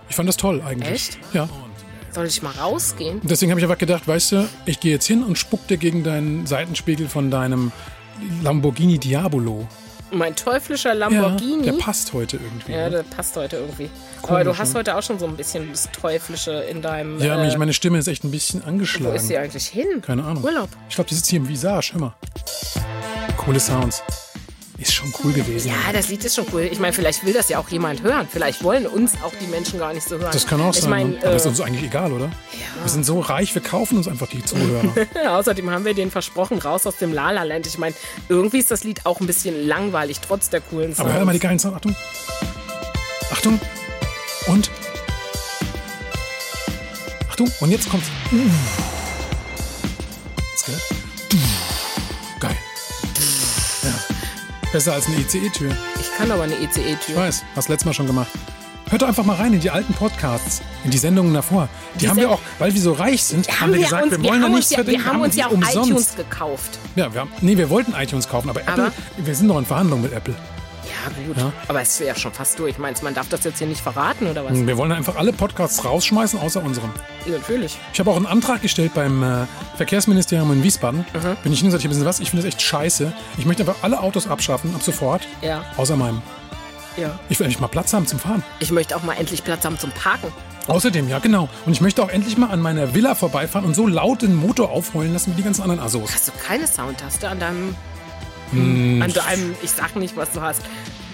S1: Ich fand das toll eigentlich. Echt? Ja.
S3: Soll ich mal rausgehen?
S1: Und Deswegen habe ich einfach gedacht, weißt du, ich gehe jetzt hin und spuck dir gegen deinen Seitenspiegel von deinem Lamborghini Diabolo.
S3: Mein teuflischer
S1: Ja,
S3: Lamborghini.
S1: der passt heute irgendwie.
S3: Ja,
S1: ne?
S3: der passt heute irgendwie. Aber du
S1: Komisch,
S3: hast
S1: ne?
S3: heute auch schon so ein bisschen das Teuflische in deinem.
S1: ja
S3: äh,
S1: mich- meine Stimme ist echt ein bisschen angeschlagen.
S3: Wo ist sie eigentlich hin?
S1: Ähm, Keine Ahnung.
S3: Urlaub.
S1: Ich glaube, die sitzt hier im Visage. Hör mal. Coole Sounds. Ist schon cool gewesen.
S3: Ja, Ah, das Lied ist schon cool. Ich meine, vielleicht will das ja auch jemand hören. Vielleicht wollen uns auch die Menschen gar nicht so hören.
S1: Das kann auch
S3: ich
S1: sein.
S3: Mein,
S1: ne? Aber ist
S3: äh,
S1: uns eigentlich egal, oder? Wir sind so reich, wir kaufen uns einfach die
S3: (laughs)
S1: Zuhörer.
S3: äh, außerdem haben wir denen versprochen, raus aus dem Lala Land. Ich meine, irgendwie ist das Lied auch ein bisschen langweilig, trotz der coolen Songs.
S1: Aber hör mal die geilen Sounds. Achtung. Achtung. Und. Achtung. Und jetzt kommt's. Jetzt gehört. Geil. Ja. Besser als eine E ICE-Tür.
S3: ich kann aber eine E
S1: Ich
S3: ECE-Tür.
S1: weiß, hast letztes Mal schon gemacht. Hört doch einfach mal rein in die alten Podcasts, in die Sendungen davor. Die, haben wir auch, weil wir so reich sind, haben, wir gesagt, wir wollen
S3: haben
S1: da
S3: uns
S1: nichts
S3: ja,
S1: verdienen.
S3: Wir haben uns
S1: die
S3: ja auch
S1: umsonst.
S3: iTunes gekauft.
S1: Ja, wir haben, nee, wir wollten iTunes kaufen, aber Apple,
S3: Aber-
S1: wir sind noch in Verhandlungen mit Apple.
S3: Ja, gut. Aber es ist ja schon fast durch. Meinst du, man darf das jetzt hier nicht verraten oder was?
S1: Wir wollen einfach alle Podcasts rausschmeißen, außer unserem.
S3: Natürlich.
S1: Ich habe auch einen Antrag gestellt beim äh, Verkehrsministerium in Wiesbaden. Bin ich hingesagt, ich habe gesagt, was, ich finde das echt scheiße. Ich möchte einfach alle Autos abschaffen, ab sofort.
S3: Ja.
S1: Außer meinem.
S3: Ja.
S1: Ich will endlich mal Platz haben zum Fahren.
S3: Ich möchte auch mal endlich Platz haben zum Parken.
S1: Außerdem, ja genau. Und ich möchte auch endlich mal an meiner Villa vorbeifahren und so laut den Motor aufheulen lassen wie die ganzen anderen Assos.
S3: Hast du keine Soundtaste an deinem.
S1: Hm.
S3: An deinem, ich sag nicht, was du hast.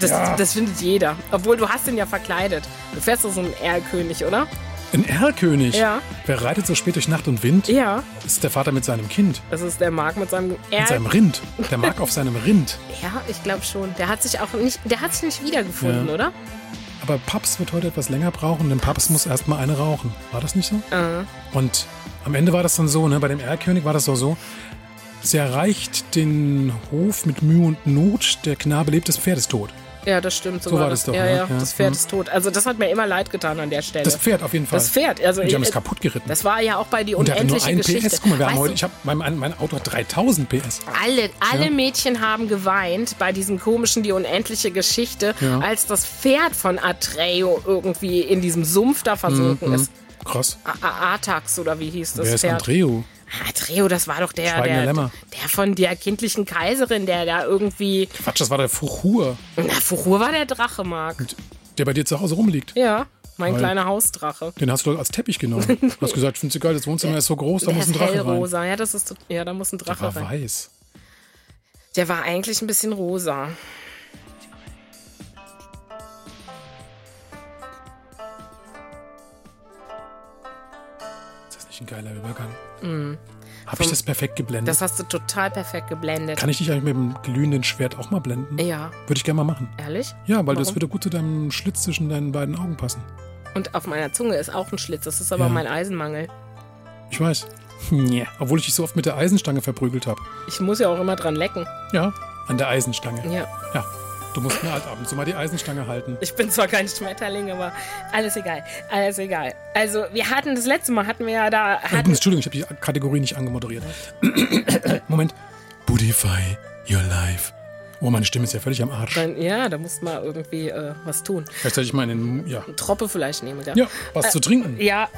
S3: Das, das findet jeder. Obwohl du hast ihn ja verkleidet. Du fährst doch so einen Erlkönig, oder?
S1: Ein Erlkönig.
S3: Ja.
S1: Wer reitet so spät durch Nacht und Wind?
S3: Ja.
S1: Das ist der Vater mit seinem Kind.
S3: Das ist der Marc mit seinem
S1: Mit
S3: Erl.
S1: seinem Rind. Der
S3: (laughs)
S1: mag auf seinem Rind.
S3: Ja, ich glaube schon. Der hat sich auch nicht, der hat sich nicht wiedergefunden,
S1: Ja.
S3: oder?
S1: Aber Paps wird heute etwas länger brauchen, denn Paps muss erstmal eine rauchen. War das nicht so?
S3: Ah.
S1: Und am Ende war das dann so, ne? bei dem Erlkönig war das doch so. Sie erreicht den Hof mit Mühe und Not, der Knabe lebt, das Pferd ist tot.
S3: Ja, das stimmt. So,
S1: So
S3: war
S1: war
S3: das.
S1: das doch,
S3: ja,
S1: ne?
S3: ja,
S1: Ja.
S3: Das Pferd
S1: Mhm.
S3: ist tot. Also das hat mir immer leid getan an der Stelle.
S1: Das Pferd auf jeden Fall.
S3: Das Pferd, also
S1: und die haben
S3: ich-
S1: es kaputt geritten.
S3: Das war ja auch bei die
S1: und der hatte nur
S3: unendliche
S1: ein
S3: Geschichte.
S1: PS. Guck mal, wir haben
S3: Weißt
S1: heute,
S3: du,
S1: ich habe mein, mein, mein Auto hat 3000 PS.
S3: Alle, alle
S1: Ja.
S3: Mädchen haben geweint bei diesem komischen Die unendliche Geschichte,
S1: Ja.
S3: als das Pferd von Atreo irgendwie in diesem Sumpf da versunken ist.
S1: Krass.
S3: A- A- Atax oder wie hieß das
S1: Mhm. Wer ist
S3: Pferd?
S1: Andreu?
S3: Atreo, das war doch der,
S1: Schweigender
S3: der,
S1: Lämmer.
S3: der von der kindlichen Kaiserin, der da irgendwie.
S1: Quatsch, das war der Fuchur,
S3: Na, Furur war der Drache, Marc.
S1: der bei dir zu Hause rumliegt.
S3: Ja, mein
S1: Toll.
S3: kleiner Hausdrache.
S1: Den hast du doch als Teppich
S3: (laughs)
S1: genommen. Du hast gesagt, findest du geil, das Wohnzimmer ist so groß, da
S3: der
S1: muss ein
S3: ist
S1: Drache rein.
S3: hellrosa. Ja, das ist, tot- ja, da muss ein Drache
S1: War
S3: rein.
S1: weiß.
S3: Der war eigentlich ein bisschen rosa.
S1: Geiler Übergang. Habe ich das perfekt geblendet?
S3: Mhm. Das hast du total perfekt geblendet.
S1: Kann ich dich eigentlich mit dem glühenden Schwert auch mal blenden?
S3: Ja,
S1: Würde ich gerne mal machen.
S3: ehrlich?
S1: Ja, weil das
S3: Warum?
S1: würde gut zu deinem Schlitz zwischen deinen beiden Augen passen.
S3: Und auf meiner Zunge ist auch ein Schlitz. Das ist aber
S1: Ja.
S3: mein Eisenmangel.
S1: Ich weiß. Ja. Obwohl ich dich so oft mit der Eisenstange verprügelt habe.
S3: Ich muss ja auch immer dran lecken.
S1: Ja, an der Eisenstange.
S3: Ja.
S1: Ja. Du musst mir halt ab und zu mal die Eisenstange halten.
S3: Ich bin zwar kein Schmetterling, aber alles egal. Alles egal. Also, wir hatten das letzte Mal, hatten wir ja da. Hatten,
S1: Übrigens, Entschuldigung, ich habe die Kategorie nicht angemoderiert. (coughs) Moment. Budify your life. Oh, meine Stimme ist ja völlig am Arsch.
S3: ja, da muss man irgendwie äh, was tun.
S1: Vielleicht sollte ich mal in den, ja.
S3: Eine Troppe vielleicht nehmen. Ja.
S1: Ja, was
S3: Äh,
S1: zu trinken.
S3: Ja,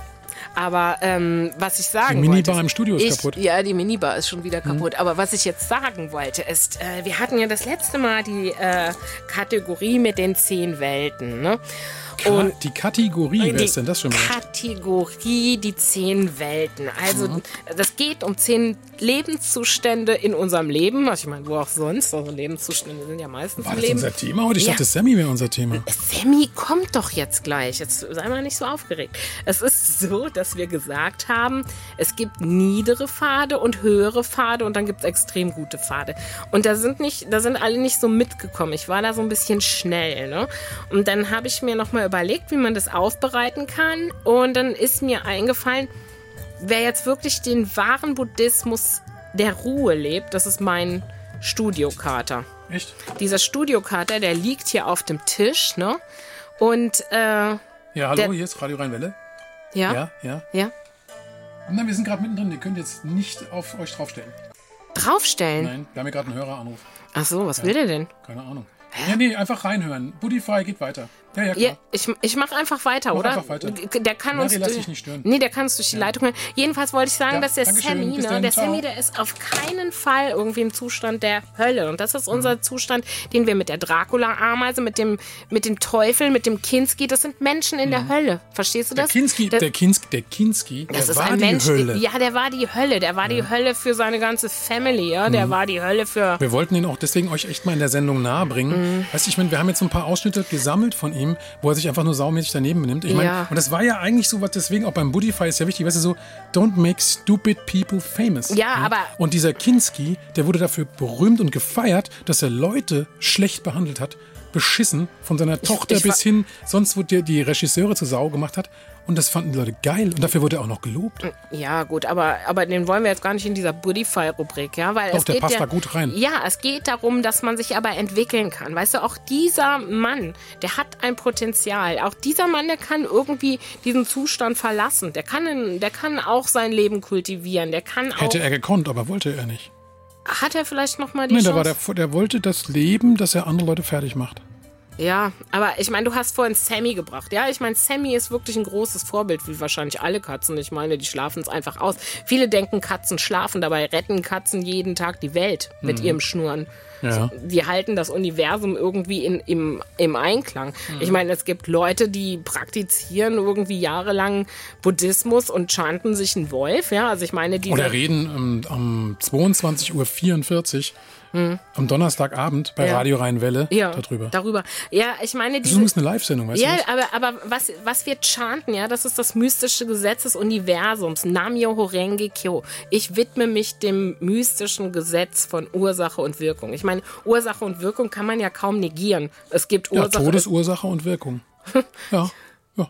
S3: aber ähm, was ich sagen
S1: Die Minibar
S3: wollte.
S1: im Studio ist
S3: ich,
S1: kaputt. Mhm.
S3: Ja, die Minibar ist schon wieder kaputt. Aber was ich jetzt sagen wollte, ist, äh, wir hatten ja das letzte Mal die äh, Kategorie mit den zehn Welten. Ne?
S1: Ka die Kategorie, wer
S3: Die
S1: ist denn das schon wieder?
S3: Kategorie die zehn Welten. Also
S1: Mhm.
S3: das geht um zehn Lebenszustände in unserem Leben. Also ich meine, wo auch sonst. Also Lebenszustände sind ja meistens
S1: War
S3: im
S1: das
S3: Leben.
S1: unser Thema heute? Ich
S3: Ja. Äh,
S1: dachte, Sammy wäre unser Thema.
S3: Sammy kommt doch jetzt gleich. Jetzt sei mal nicht so aufgeregt. Es ist so, dass wir gesagt haben, es gibt niedere Pfade und höhere Pfade und dann gibt es extrem gute Pfade. Und da sind nicht, da sind alle nicht so mitgekommen. Ich war da so ein bisschen schnell, ne? Und dann habe ich mir nochmal überlegt, wie man das aufbereiten kann. Und dann ist mir eingefallen, wer jetzt wirklich den wahren Buddhismus der Ruhe lebt, das ist mein Studiokater
S1: Echt?
S3: dieser Studiokater, der liegt hier auf dem Tisch, ne? Und äh, ja,
S1: Ja, hallo,
S3: Der-
S1: hier ist Radio Rheinwelle.
S3: ja,
S1: Ja, ja.
S3: ja.
S1: Na, wir sind gerade mittendrin. Ihr könnt jetzt nicht auf euch draufstellen.
S3: draufstellen.
S1: Nein, wir haben hier gerade einen Höreranruf.
S3: Ach so, was will der denn?
S1: Keine Ahnung. Ja, nee, einfach reinhören. Budify geht weiter. Ja, ja, klar.
S3: Ja, ich, ich mach einfach weiter,
S1: Mach
S3: oder?
S1: einfach weiter.
S3: Der kann
S1: Mari,
S3: uns
S1: lass
S3: durch-
S1: dich nicht stören.
S3: Nee, der kann uns durch die Leitung hören. Jedenfalls wollte ich sagen,
S1: Ja,
S3: dass der
S1: Dankeschön.
S3: Sammy,
S1: Bis
S3: ne,
S1: dann.
S3: der
S1: Ciao.
S3: Sammy, der ist auf keinen Fall irgendwie im Zustand der Hölle. Und das ist unser
S1: Mhm.
S3: Zustand, den wir mit der Dracula-Ameise, mit dem, mit dem Teufel, mit dem Kinski, das sind Menschen in der Hölle. Verstehst du
S1: Mhm. Der
S3: das?
S1: Kinski,
S3: Das-
S1: der Kinski, der Kinski,
S3: Das
S1: der
S3: ist
S1: war
S3: ein
S1: die
S3: Mensch.
S1: Hölle.
S3: Ja, der war die Hölle. Der war die Hölle für seine ganze Family. Ja?
S1: Mhm.
S3: Der war die Hölle für.
S1: Wir wollten ihn auch deswegen euch echt mal in der Sendung nahebringen.
S3: Mhm.
S1: Weißt du, ich meine, wir haben jetzt so ein paar Ausschnitte gesammelt von ihm, wo er sich einfach nur saumäßig daneben benimmt. Ich meine,
S3: Ja.
S1: und das war ja eigentlich so was, deswegen auch beim Budify ist ja wichtig, weißt du, so, don't make stupid people famous.
S3: Ja, aber-
S1: Und dieser Kinski, der wurde dafür berühmt und gefeiert, dass er Leute schlecht behandelt hat, beschissen, von seiner Tochter
S3: ich
S1: bis
S3: wa-
S1: hin, sonst wurde die, die Regisseure zur Sau gemacht hat. Und das fanden die Leute geil. Und dafür wurde er auch noch gelobt.
S3: Ja, gut, aber, aber den wollen wir jetzt gar nicht in dieser Buddy-File-Rubrik, ja? Weil
S1: Doch,
S3: es
S1: der
S3: geht
S1: passt
S3: ja,
S1: da gut rein.
S3: Ja, es geht darum, dass man sich aber entwickeln kann. Weißt du, auch dieser Mann, der hat ein Potenzial. Auch dieser Mann, der kann irgendwie diesen Zustand verlassen. Der kann, der kann auch sein Leben kultivieren. Der kann auch.
S1: Hätte er gekonnt, aber wollte er nicht.
S3: hat er vielleicht nochmal die
S1: Nein,
S3: Chance?
S1: der, war der, der wollte das Leben, dass er andere Leute fertig macht.
S3: Ja, aber ich meine, du hast vorhin Sammy gebracht. Ja, ich meine, Sammy ist wirklich ein großes Vorbild, wie wahrscheinlich alle Katzen. Ich meine, die schlafen es einfach aus. Viele denken, Katzen schlafen, dabei retten Katzen jeden Tag die Welt mit
S1: Mhm.
S3: ihrem Schnurren.
S1: Ja.
S3: Die halten das Universum irgendwie in, im, im Einklang.
S1: Mhm.
S3: Ich meine, es gibt Leute, die praktizieren irgendwie jahrelang Buddhismus und chanten sich einen Wolf. Ja, also ich meine, die.
S1: Oder reden ähm, um 22.44 Uhr am Donnerstagabend bei
S3: Mhm. Ja.
S1: Radio Rheinwelle
S3: ja,
S1: darüber. Das
S3: darüber. Ja, ich meine,
S1: ist
S3: diese.
S1: übrigens eine Live-Sendung, weißt
S3: Ja,
S1: du? das?
S3: aber, aber was, was wir chanten, ja, das ist das mystische Gesetz des Universums. Namyo Horenge Kyo. Ich widme mich dem mystischen Gesetz von Ursache und Wirkung. Ich meine, Ursache und Wirkung kann man ja kaum negieren. Es gibt
S1: Ja,
S3: Ursache.
S1: Todesursache und
S3: (laughs)
S1: Wirkung. ja, ja.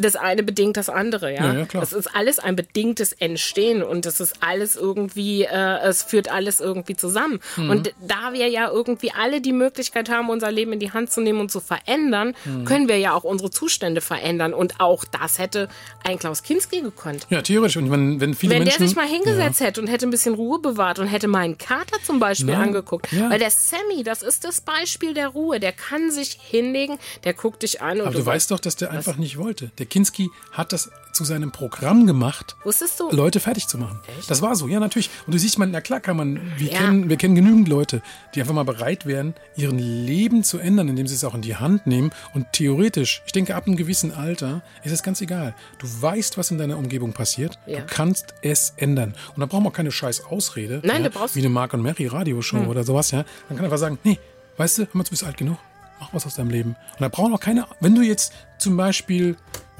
S3: das eine bedingt das andere, ja.
S1: Ja, ja, klar.
S3: Das ist alles ein bedingtes Entstehen und das ist alles irgendwie, äh, es führt alles irgendwie zusammen.
S1: Mhm.
S3: Und da wir ja irgendwie alle die Möglichkeit haben, unser Leben in die Hand zu nehmen und zu verändern,
S1: Mhm.
S3: können wir ja auch unsere Zustände verändern. Und auch das hätte ein Klaus Kinski gekonnt.
S1: Ja, theoretisch. Und wenn, wenn viele
S3: Wenn
S1: Menschen.
S3: der sich mal hingesetzt hätte und hätte ein bisschen Ruhe bewahrt und hätte meinen Kater zum Beispiel
S1: Nein,
S3: angeguckt.
S1: ja.
S3: Weil der Sammy, das ist das Beispiel der Ruhe. Der kann sich hinlegen, der guckt dich an und
S1: Aber du weißt doch, dass der einfach nicht wollte. Der Kinski hat das zu seinem Programm gemacht,
S3: Wusstest du?
S1: Leute fertig zu machen. Das war so, ja, natürlich. Und du siehst, man, na klar kann man, wir,
S3: Ja.
S1: kennen, wir kennen genügend Leute, die einfach mal bereit wären, ihren Leben zu ändern, indem sie es auch in die Hand nehmen. Und theoretisch, ich denke, ab einem gewissen Alter ist es ganz egal. Du weißt, was in deiner Umgebung passiert.
S3: Ja.
S1: Du kannst es ändern. Und da brauchen wir auch keine scheiß Ausrede.
S3: Nein,
S1: ja,
S3: du brauchst-
S1: Wie eine Mark und Mary Radioshow
S3: Hm.
S1: oder sowas, ja. Dann kann einfach sagen, nee, weißt du, Hammer, du bist alt genug, mach was aus deinem Leben. Und da brauchen auch keine, wenn du jetzt zum Beispiel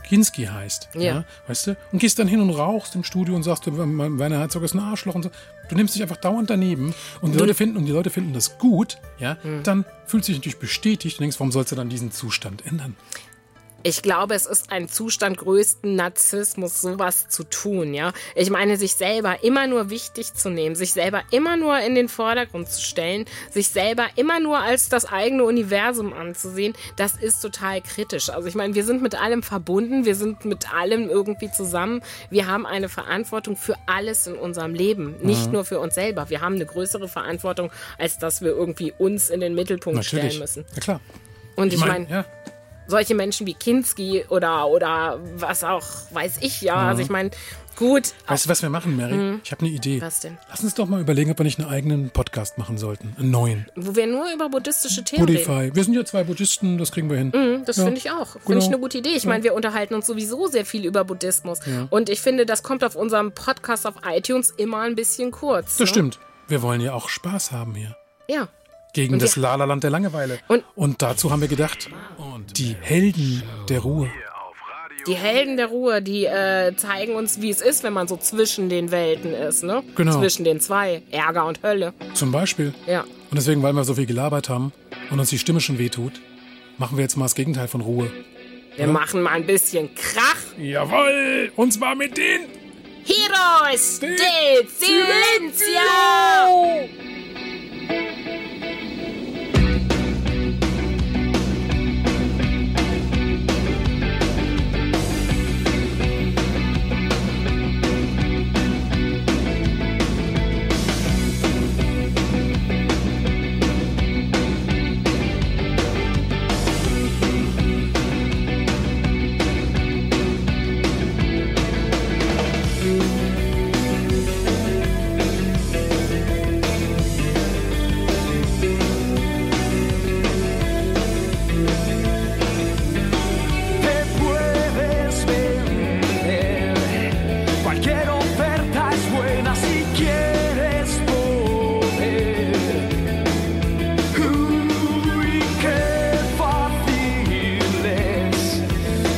S1: Kinski heißt. Ja.
S3: Ja.
S1: Weißt du? Und gehst dann hin und rauchst im Studio und sagst, Werner Herzog ist ein Arschloch und so. Du nimmst dich einfach dauernd daneben und die
S3: Mhm.
S1: Leute finden, und die Leute finden das gut, ja, dann fühlst du dich natürlich bestätigt und denkst, warum sollst du dann diesen Zustand ändern?
S3: Ich glaube, es ist ein Zustand größten Narzissmus, sowas zu tun, ja. Ich meine, sich selber immer nur wichtig zu nehmen, sich selber immer nur in den Vordergrund zu stellen, sich selber immer nur als das eigene Universum anzusehen, das ist total kritisch. Also ich meine, wir sind mit allem verbunden, wir sind mit allem irgendwie zusammen, wir haben eine Verantwortung für alles in unserem Leben, nicht
S1: Mhm.
S3: nur für uns selber. Wir haben eine größere Verantwortung, als dass wir irgendwie uns in den Mittelpunkt
S1: Natürlich.
S3: stellen müssen.
S1: Ja, klar.
S3: Und ich,
S1: mein,
S3: meine,
S1: ja,
S3: solche Menschen wie Kinski oder, oder was auch, weiß ich ja. Also ich meine, gut,
S1: Weißt du, was wir machen, Mary? Ich habe eine Idee.
S3: Mhm. Was denn?
S1: Lass uns doch mal überlegen, ob wir nicht einen eigenen Podcast machen sollten. Einen neuen.
S3: wo wir nur über buddhistische Themen reden.
S1: Spotify. Wir sind ja zwei Buddhisten, das kriegen wir hin.
S3: Das
S1: Ja.
S3: finde ich auch. Finde
S1: Genau.
S3: ich eine gute Idee. Ich meine, wir unterhalten uns sowieso sehr viel über Buddhismus. Und ich finde, das kommt auf unserem Podcast auf iTunes immer ein bisschen kurz. ne?
S1: Das stimmt. Wir wollen ja auch Spaß haben hier.
S3: Ja.
S1: Gegen das Lalaland der Langeweile.
S3: Und-
S1: und dazu haben wir gedacht, und die Helden der Ruhe.
S3: Die Helden der Ruhe, die äh, zeigen uns, wie es ist, wenn man so zwischen den Welten ist, ne?
S1: Genau.
S3: Zwischen den zwei. Ärger und Hölle.
S1: Zum Beispiel.
S3: Ja.
S1: Und deswegen, weil wir so viel gelabert haben und uns die Stimme schon wehtut, machen wir jetzt mal das Gegenteil von Ruhe.
S3: Wir machen mal ein bisschen Krach.
S1: Jawoll! Und zwar mit den
S3: Heroes del Silencio!
S9: Te puedes vender. Cualquier oferta es buena si quieres poder. Uy, qué fácil es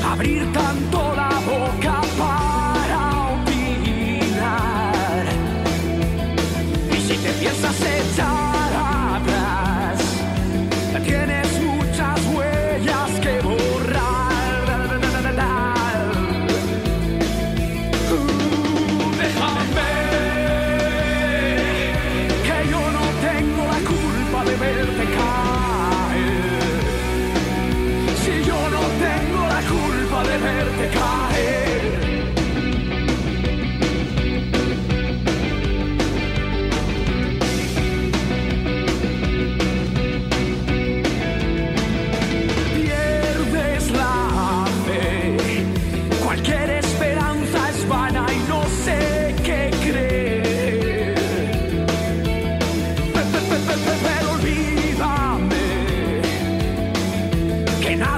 S9: abrir tanto la boca para opinar. Y si te piensas echar atrás. Tienes muchas huellas que borrar. Uh, Déjame que yo no tengo la culpa de verte caer. Si yo no tengo la culpa de verte caer. pierdes la fe. Cualquier esperanza es vana y no sé qué creer. Pe- pe- pe- pe- pe- Pero olvido Uh,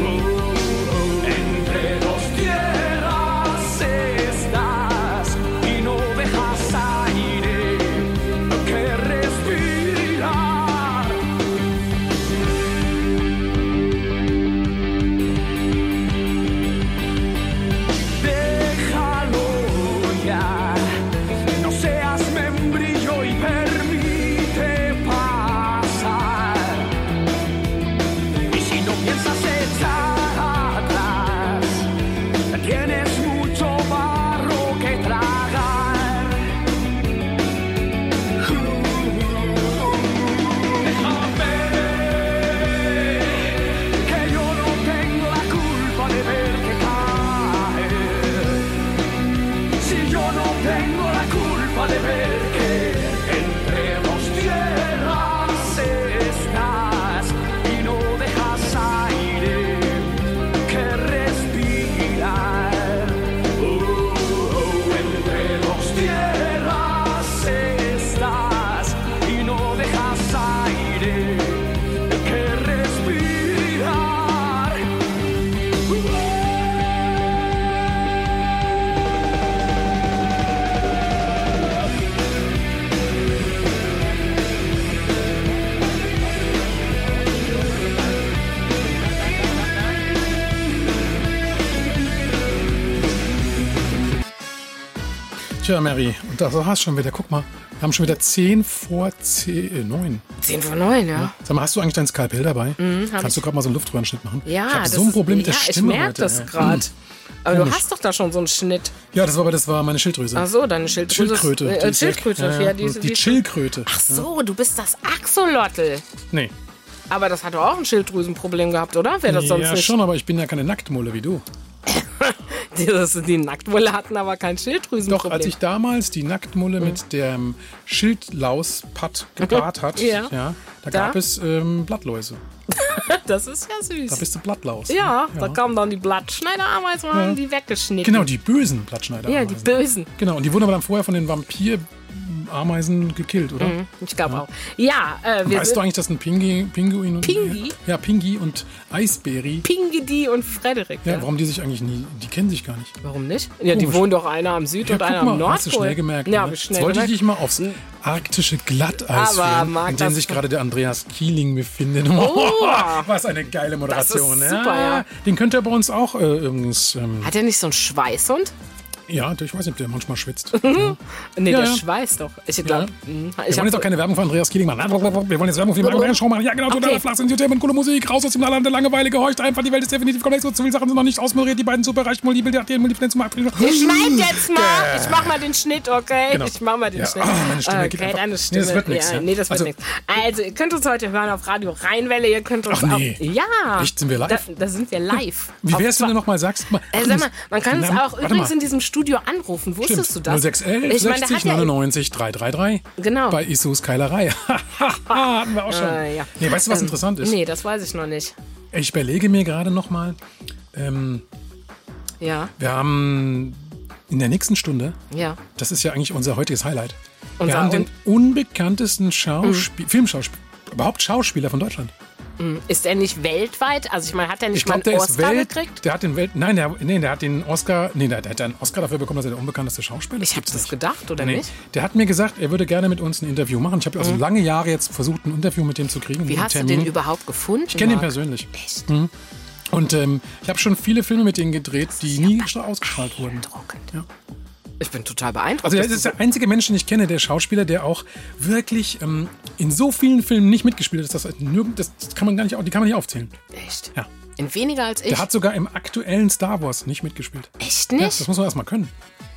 S9: Uh, Uh,
S1: Tja, Mary, und das war's schon wieder. Guck mal, wir haben schon wieder 10 vor 10, äh, 9.
S3: 10 vor 9, ja.
S1: Sag mal, hast du eigentlich dein Skalpell dabei? Kannst du gerade mal so einen Luftröhrenschnitt machen?
S3: Mhm, Ja,
S1: ich habe
S3: das
S1: so ein
S3: ist-
S1: Problem mit der
S3: ja, ich
S1: Stimme
S3: merk
S1: heute. Mhm.
S3: das
S1: ey.
S3: gerade. Aber du
S1: Komisch.
S3: hast doch da schon so einen Schnitt.
S1: Ja, das war aber das war meine Schilddrüse.
S3: Ach so, deine Schilddrüse. ist-
S1: Schildkröte.
S3: Äh,
S1: die
S3: äh,
S1: ist weg.
S3: Schildkröte,
S1: Ja,
S3: ja.
S1: ja.
S3: die, ist-
S1: die
S3: die-
S1: Schildkröte.
S3: Ach so, du bist das Axolotl.
S1: Nee.
S3: Aber das hat doch auch ein Schilddrüsenproblem gehabt, oder? Wäre das sonst
S1: Ja,
S3: nicht?
S1: schon, aber ich bin ja keine Nacktmulle wie du.
S3: (laughs) Die, das, die Nacktwolle hatten aber kein
S1: Doch,
S3: Schilddrüsenproblem.
S1: als ich damals die Nacktmulle
S3: Mhm.
S1: mit dem Schildlauspatt gepaart hat, ja.
S3: Ja.
S1: da,
S3: Da?
S1: gab es ähm, Blattläuse.
S3: (laughs) das ist ja
S1: Da
S3: süß.
S1: bist du Blattlaus.
S3: ja, da kamen dann die Blattschneiderameisen und haben die weggeschnitten.
S1: Genau, die bösen Blattschneider.
S3: Ja, die bösen.
S1: Genau, und die wurden aber dann vorher von den Vampir-Ameisen gekillt, oder?
S3: Ich glaube auch. Ja, äh, Mhm. wir
S1: Weißt du
S3: sind
S1: eigentlich, dass ein Pingi, Pinguin und.
S3: Pingi?
S1: Ja, Pingi und Eisbäri.
S3: Pingedi und Frederik.
S1: Ja,
S3: ja.
S1: warum die sich eigentlich nie. Die kennen sich gar nicht.
S3: Warum nicht? Ja, die
S1: Komisch.
S3: wohnen doch einer am Süd-
S1: Ja,
S3: und einer
S1: guck mal,
S3: am Nordpol.
S1: hast du schnell gemerkt.
S3: Ja,
S1: ne?
S3: ne?
S1: Jetzt
S3: schnell
S1: wollte ich
S3: gemerkt. Hm.
S1: dich mal aufs arktische Glatteis
S3: Aber,
S1: führen,
S3: Marc,
S1: in dem
S3: das- Oh.
S1: sich gerade der Andreas Kieling befindet. (laughs) was eine geile Moderation.
S3: Das ist super, ja.
S1: Den könnte er bei uns auch äh, übrigens, ähm,
S3: Hat er nicht so einen Schweißhund?
S1: ja, ich weiß nicht, ob der manchmal
S3: (laughs)
S1: schwitzt.
S3: Nee,
S1: Ja, ja.
S3: der schweißt doch. Ich
S1: Ja.
S3: glaube,
S1: Wir
S3: ich
S1: wollen jetzt auch
S3: hab,
S1: keine Werbung für Andreas Kieling machen. Wir wollen jetzt Werbung für die Magdalena Show machen. Ja, genau, totale
S3: Okay.
S1: Flachs, Entertainment, coole Musik, raus aus dem Lande, Langeweile, gehorcht einfach, die Welt ist definitiv komplex, so zu viele Sachen sind noch nicht ausmoderiert, die beiden superreichen Multibilder, die Multibilder zum Abkriegen.
S3: ich schneid jetzt mal. Ich mach mal den Schnitt, okay?
S1: Genau.
S3: Ich mach mal den
S1: Ja,
S3: Schnitt.
S1: ah, (clears throat) meine Stimme
S3: okay,
S1: geht einfach- Nee,
S3: deine
S1: das
S3: Stimme.
S1: wird nix,
S3: ja,
S1: ja.
S3: Nee, das wird
S1: Also-
S3: nichts. Also, ihr könnt uns heute hören auf Radio Rheinwelle. Ihr könnt uns
S1: Ach, nee.
S3: auch... Ja.
S1: Echt, sind wir live?
S3: Da, da sind wir live.
S1: Wie
S3: Auf
S1: wär's, wenn
S3: zwei-
S1: du nochmal sagst? Mal,
S3: Äh, sag mal, man kann uns
S1: Na,
S3: auch
S1: warte
S3: übrigens
S1: mal.
S3: in diesem Studio anrufen. Wusstest du das?
S1: 0611
S3: ich meine, da
S1: 60
S3: hat ja
S1: 99 333.
S3: Genau.
S1: Bei Issus Keilerei. (laughs) Hatten wir auch schon.
S3: Äh, ja.
S1: nee, weißt du, was interessant ist?
S3: Nee, das weiß ich noch nicht.
S1: Ich überlege mir gerade nochmal, ähm,
S3: Ja,
S1: wir haben in der nächsten Stunde,
S3: ja.
S1: das ist ja eigentlich unser heutiges Highlight, wir
S3: Unser Mhm.
S1: haben den unbekanntesten Schauspiel, Filmschauspieler, überhaupt Schauspieler von Deutschland.
S3: Ist er nicht weltweit? Also ich meine, hat er
S1: Ich
S3: nicht
S1: glaube,
S3: mal
S1: der
S3: einen
S1: ist
S3: Oscar
S1: Welt,
S3: gekriegt?
S1: der hat den Welt, nein, der, nee, der hat den Oscar, nee, der, der hat einen Oscar dafür bekommen, dass er der unbekannteste Schauspieler ist.
S3: Ich habe
S1: Gibt's
S3: das
S1: nicht.
S3: gedacht, oder
S1: Nee,
S3: nicht? Mhm.
S1: der hat mir gesagt, er würde gerne mit uns ein Interview machen. Ich habe also lange Jahre jetzt versucht, ein Interview mit dem zu kriegen.
S3: Wie
S1: einen
S3: hast du
S1: Termin.
S3: den überhaupt gefunden?
S1: Ich kenne ihn
S3: Marc?
S1: persönlich. Mhm.
S3: Echt?
S1: Und ähm, ich habe schon viele Filme mit denen gedreht, die nie gestra- ausgestrahlt wurden.
S3: Beeindruckend.
S1: Ja.
S3: Ich bin total beeindruckt.
S1: Also er
S3: dass
S1: ist der einzige Mensch, den ich kenne, der Schauspieler, der auch wirklich ähm, in so vielen Filmen nicht mitgespielt hat, dass das nirgend, das kann man gar nicht, au- die kann man nicht aufzählen.
S3: du- Echt?
S1: Ja.
S3: In weniger als ich.
S1: Der hat sogar im aktuellen Star Wars nicht mitgespielt.
S3: Echt
S1: Ja,
S3: nicht?
S1: das muss man erstmal können.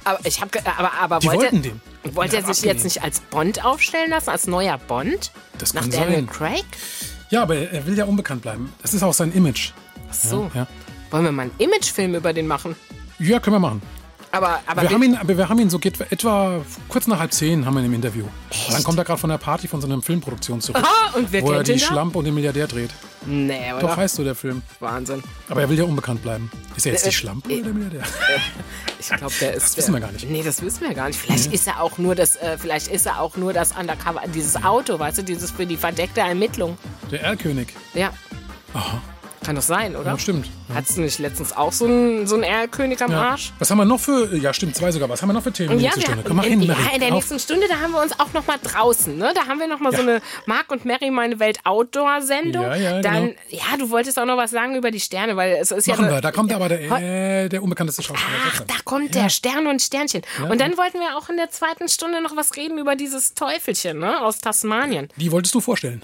S3: aber ich habe, aber aber
S1: Die
S3: wollte,
S1: wollten den.
S3: wollte
S1: Ja,
S3: er sich
S1: abgelehnt.
S3: jetzt nicht als Bond aufstellen lassen, als neuer Bond?
S1: Das
S3: Nach
S1: kann
S3: Daniel
S1: sein.
S3: Craig?
S1: Ja, aber er will ja unbekannt bleiben. Das ist auch sein Image.
S3: Ach so.
S1: Ja.
S3: Wollen wir mal einen Imagefilm über den machen?
S1: Ja, können wir machen.
S3: Aber aber
S1: Wir
S3: wir-
S1: haben ihn, aber wir haben ihn so get- etwa kurz nach halb zehn haben wir ihn im Interview. Und dann kommt er gerade von der Party von so einer Filmproduktion zurück,
S3: Ah, und wer
S1: wo er
S3: kennt
S1: die
S3: ihn da?
S1: Schlampe und den Milliardär dreht.
S3: Nee, aber
S1: Doch halt.
S3: doch,
S1: heißt so der Film.
S3: Wahnsinn.
S1: Aber er will ja unbekannt bleiben. Ist er jetzt die
S3: Äh,
S1: Schlampe oder der Milliardär?
S3: (laughs) Ich glaube, der ist.
S1: Das wissen wir gar nicht. Mhm.
S3: Nee, das wissen wir gar nicht. Vielleicht ist er auch nur das, äh, vielleicht ist er auch nur das Undercover, dieses Auto, weißt du, dieses für die verdeckte Ermittlung.
S1: Der Erlkönig.
S3: Ja. Kann doch sein, oder?
S1: Ja, stimmt.
S3: Hattest du nicht letztens auch so einen, so einen R-König am
S1: Ja.
S3: Arsch?
S1: Was haben wir noch für. Ja, stimmt, zwei sogar. Was haben wir noch für Themen in der nächsten
S3: wir-
S1: Stunde? Komm mal
S3: in,
S1: hin,
S3: ja,
S1: Marie.
S3: in der
S1: Auf.
S3: nächsten Stunde, da haben wir uns auch noch mal draußen, ne? Da haben wir noch mal so
S1: Ja.
S3: eine Mark und Mary meine Welt Outdoor Sendung.
S1: Ja, ja,
S3: Dann
S1: genau.
S3: ja, du wolltest auch noch was sagen über die Sterne, weil es ist
S1: Machen
S3: ja
S1: wir. Da kommt aber der,
S3: Ho-
S1: äh, der unbekannteste Schauspieler.
S3: Ach, da kommt der Stern und Sternchen. Und dann wollten wir auch in der zweiten Stunde noch was reden über dieses Teufelchen ne, aus Tasmanien.
S1: Die wolltest du vorstellen.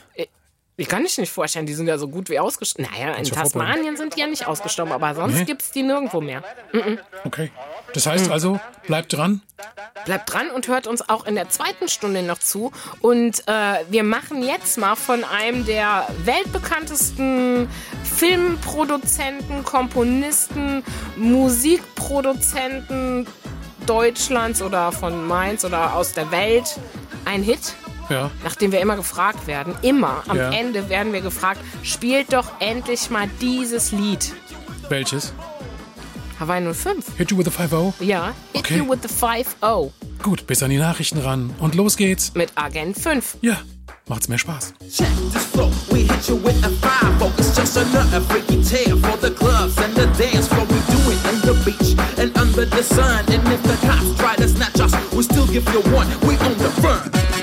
S3: Die kann ich nicht vorstellen, die sind ja so gut wie ausgestorben. Naja, in
S1: ich ja vorbereiten.
S3: Tasmanien sind die ja nicht ausgestorben, aber sonst
S1: Nee.
S3: gibt's die nirgendwo mehr.
S1: Okay. Das
S3: Hm.
S1: heißt also, bleibt dran.
S3: Bleibt dran und hört uns auch in der zweiten Stunde noch zu. Und äh, wir machen jetzt mal von einem der weltbekanntesten Filmproduzenten, Komponisten, Musikproduzenten Deutschlands oder von Mainz oder aus der Welt ein Hit.
S1: Ja.
S3: Nachdem wir immer gefragt werden, immer am
S1: Ja.
S3: Ende werden wir gefragt, spielt doch endlich mal dieses Lied.
S1: Welches?
S3: Hawaii 05.
S1: Hit you with a 5-0.
S3: Ja, Hit
S1: Okay.
S3: You with the 5-0
S1: Gut, bis an die Nachrichten ran. Und los geht's.
S3: mit Agent 5.
S1: Ja, macht's mehr Spaß.
S8: Check this flow, we hit you with a five. Oh, it's just another freaky tale for the clubs and the dance floor. We do it on the beach and under the sun. And if the cops try to snatch us, we still give you one. We on the run. oh. Uh-huh. oh.
S9: oh.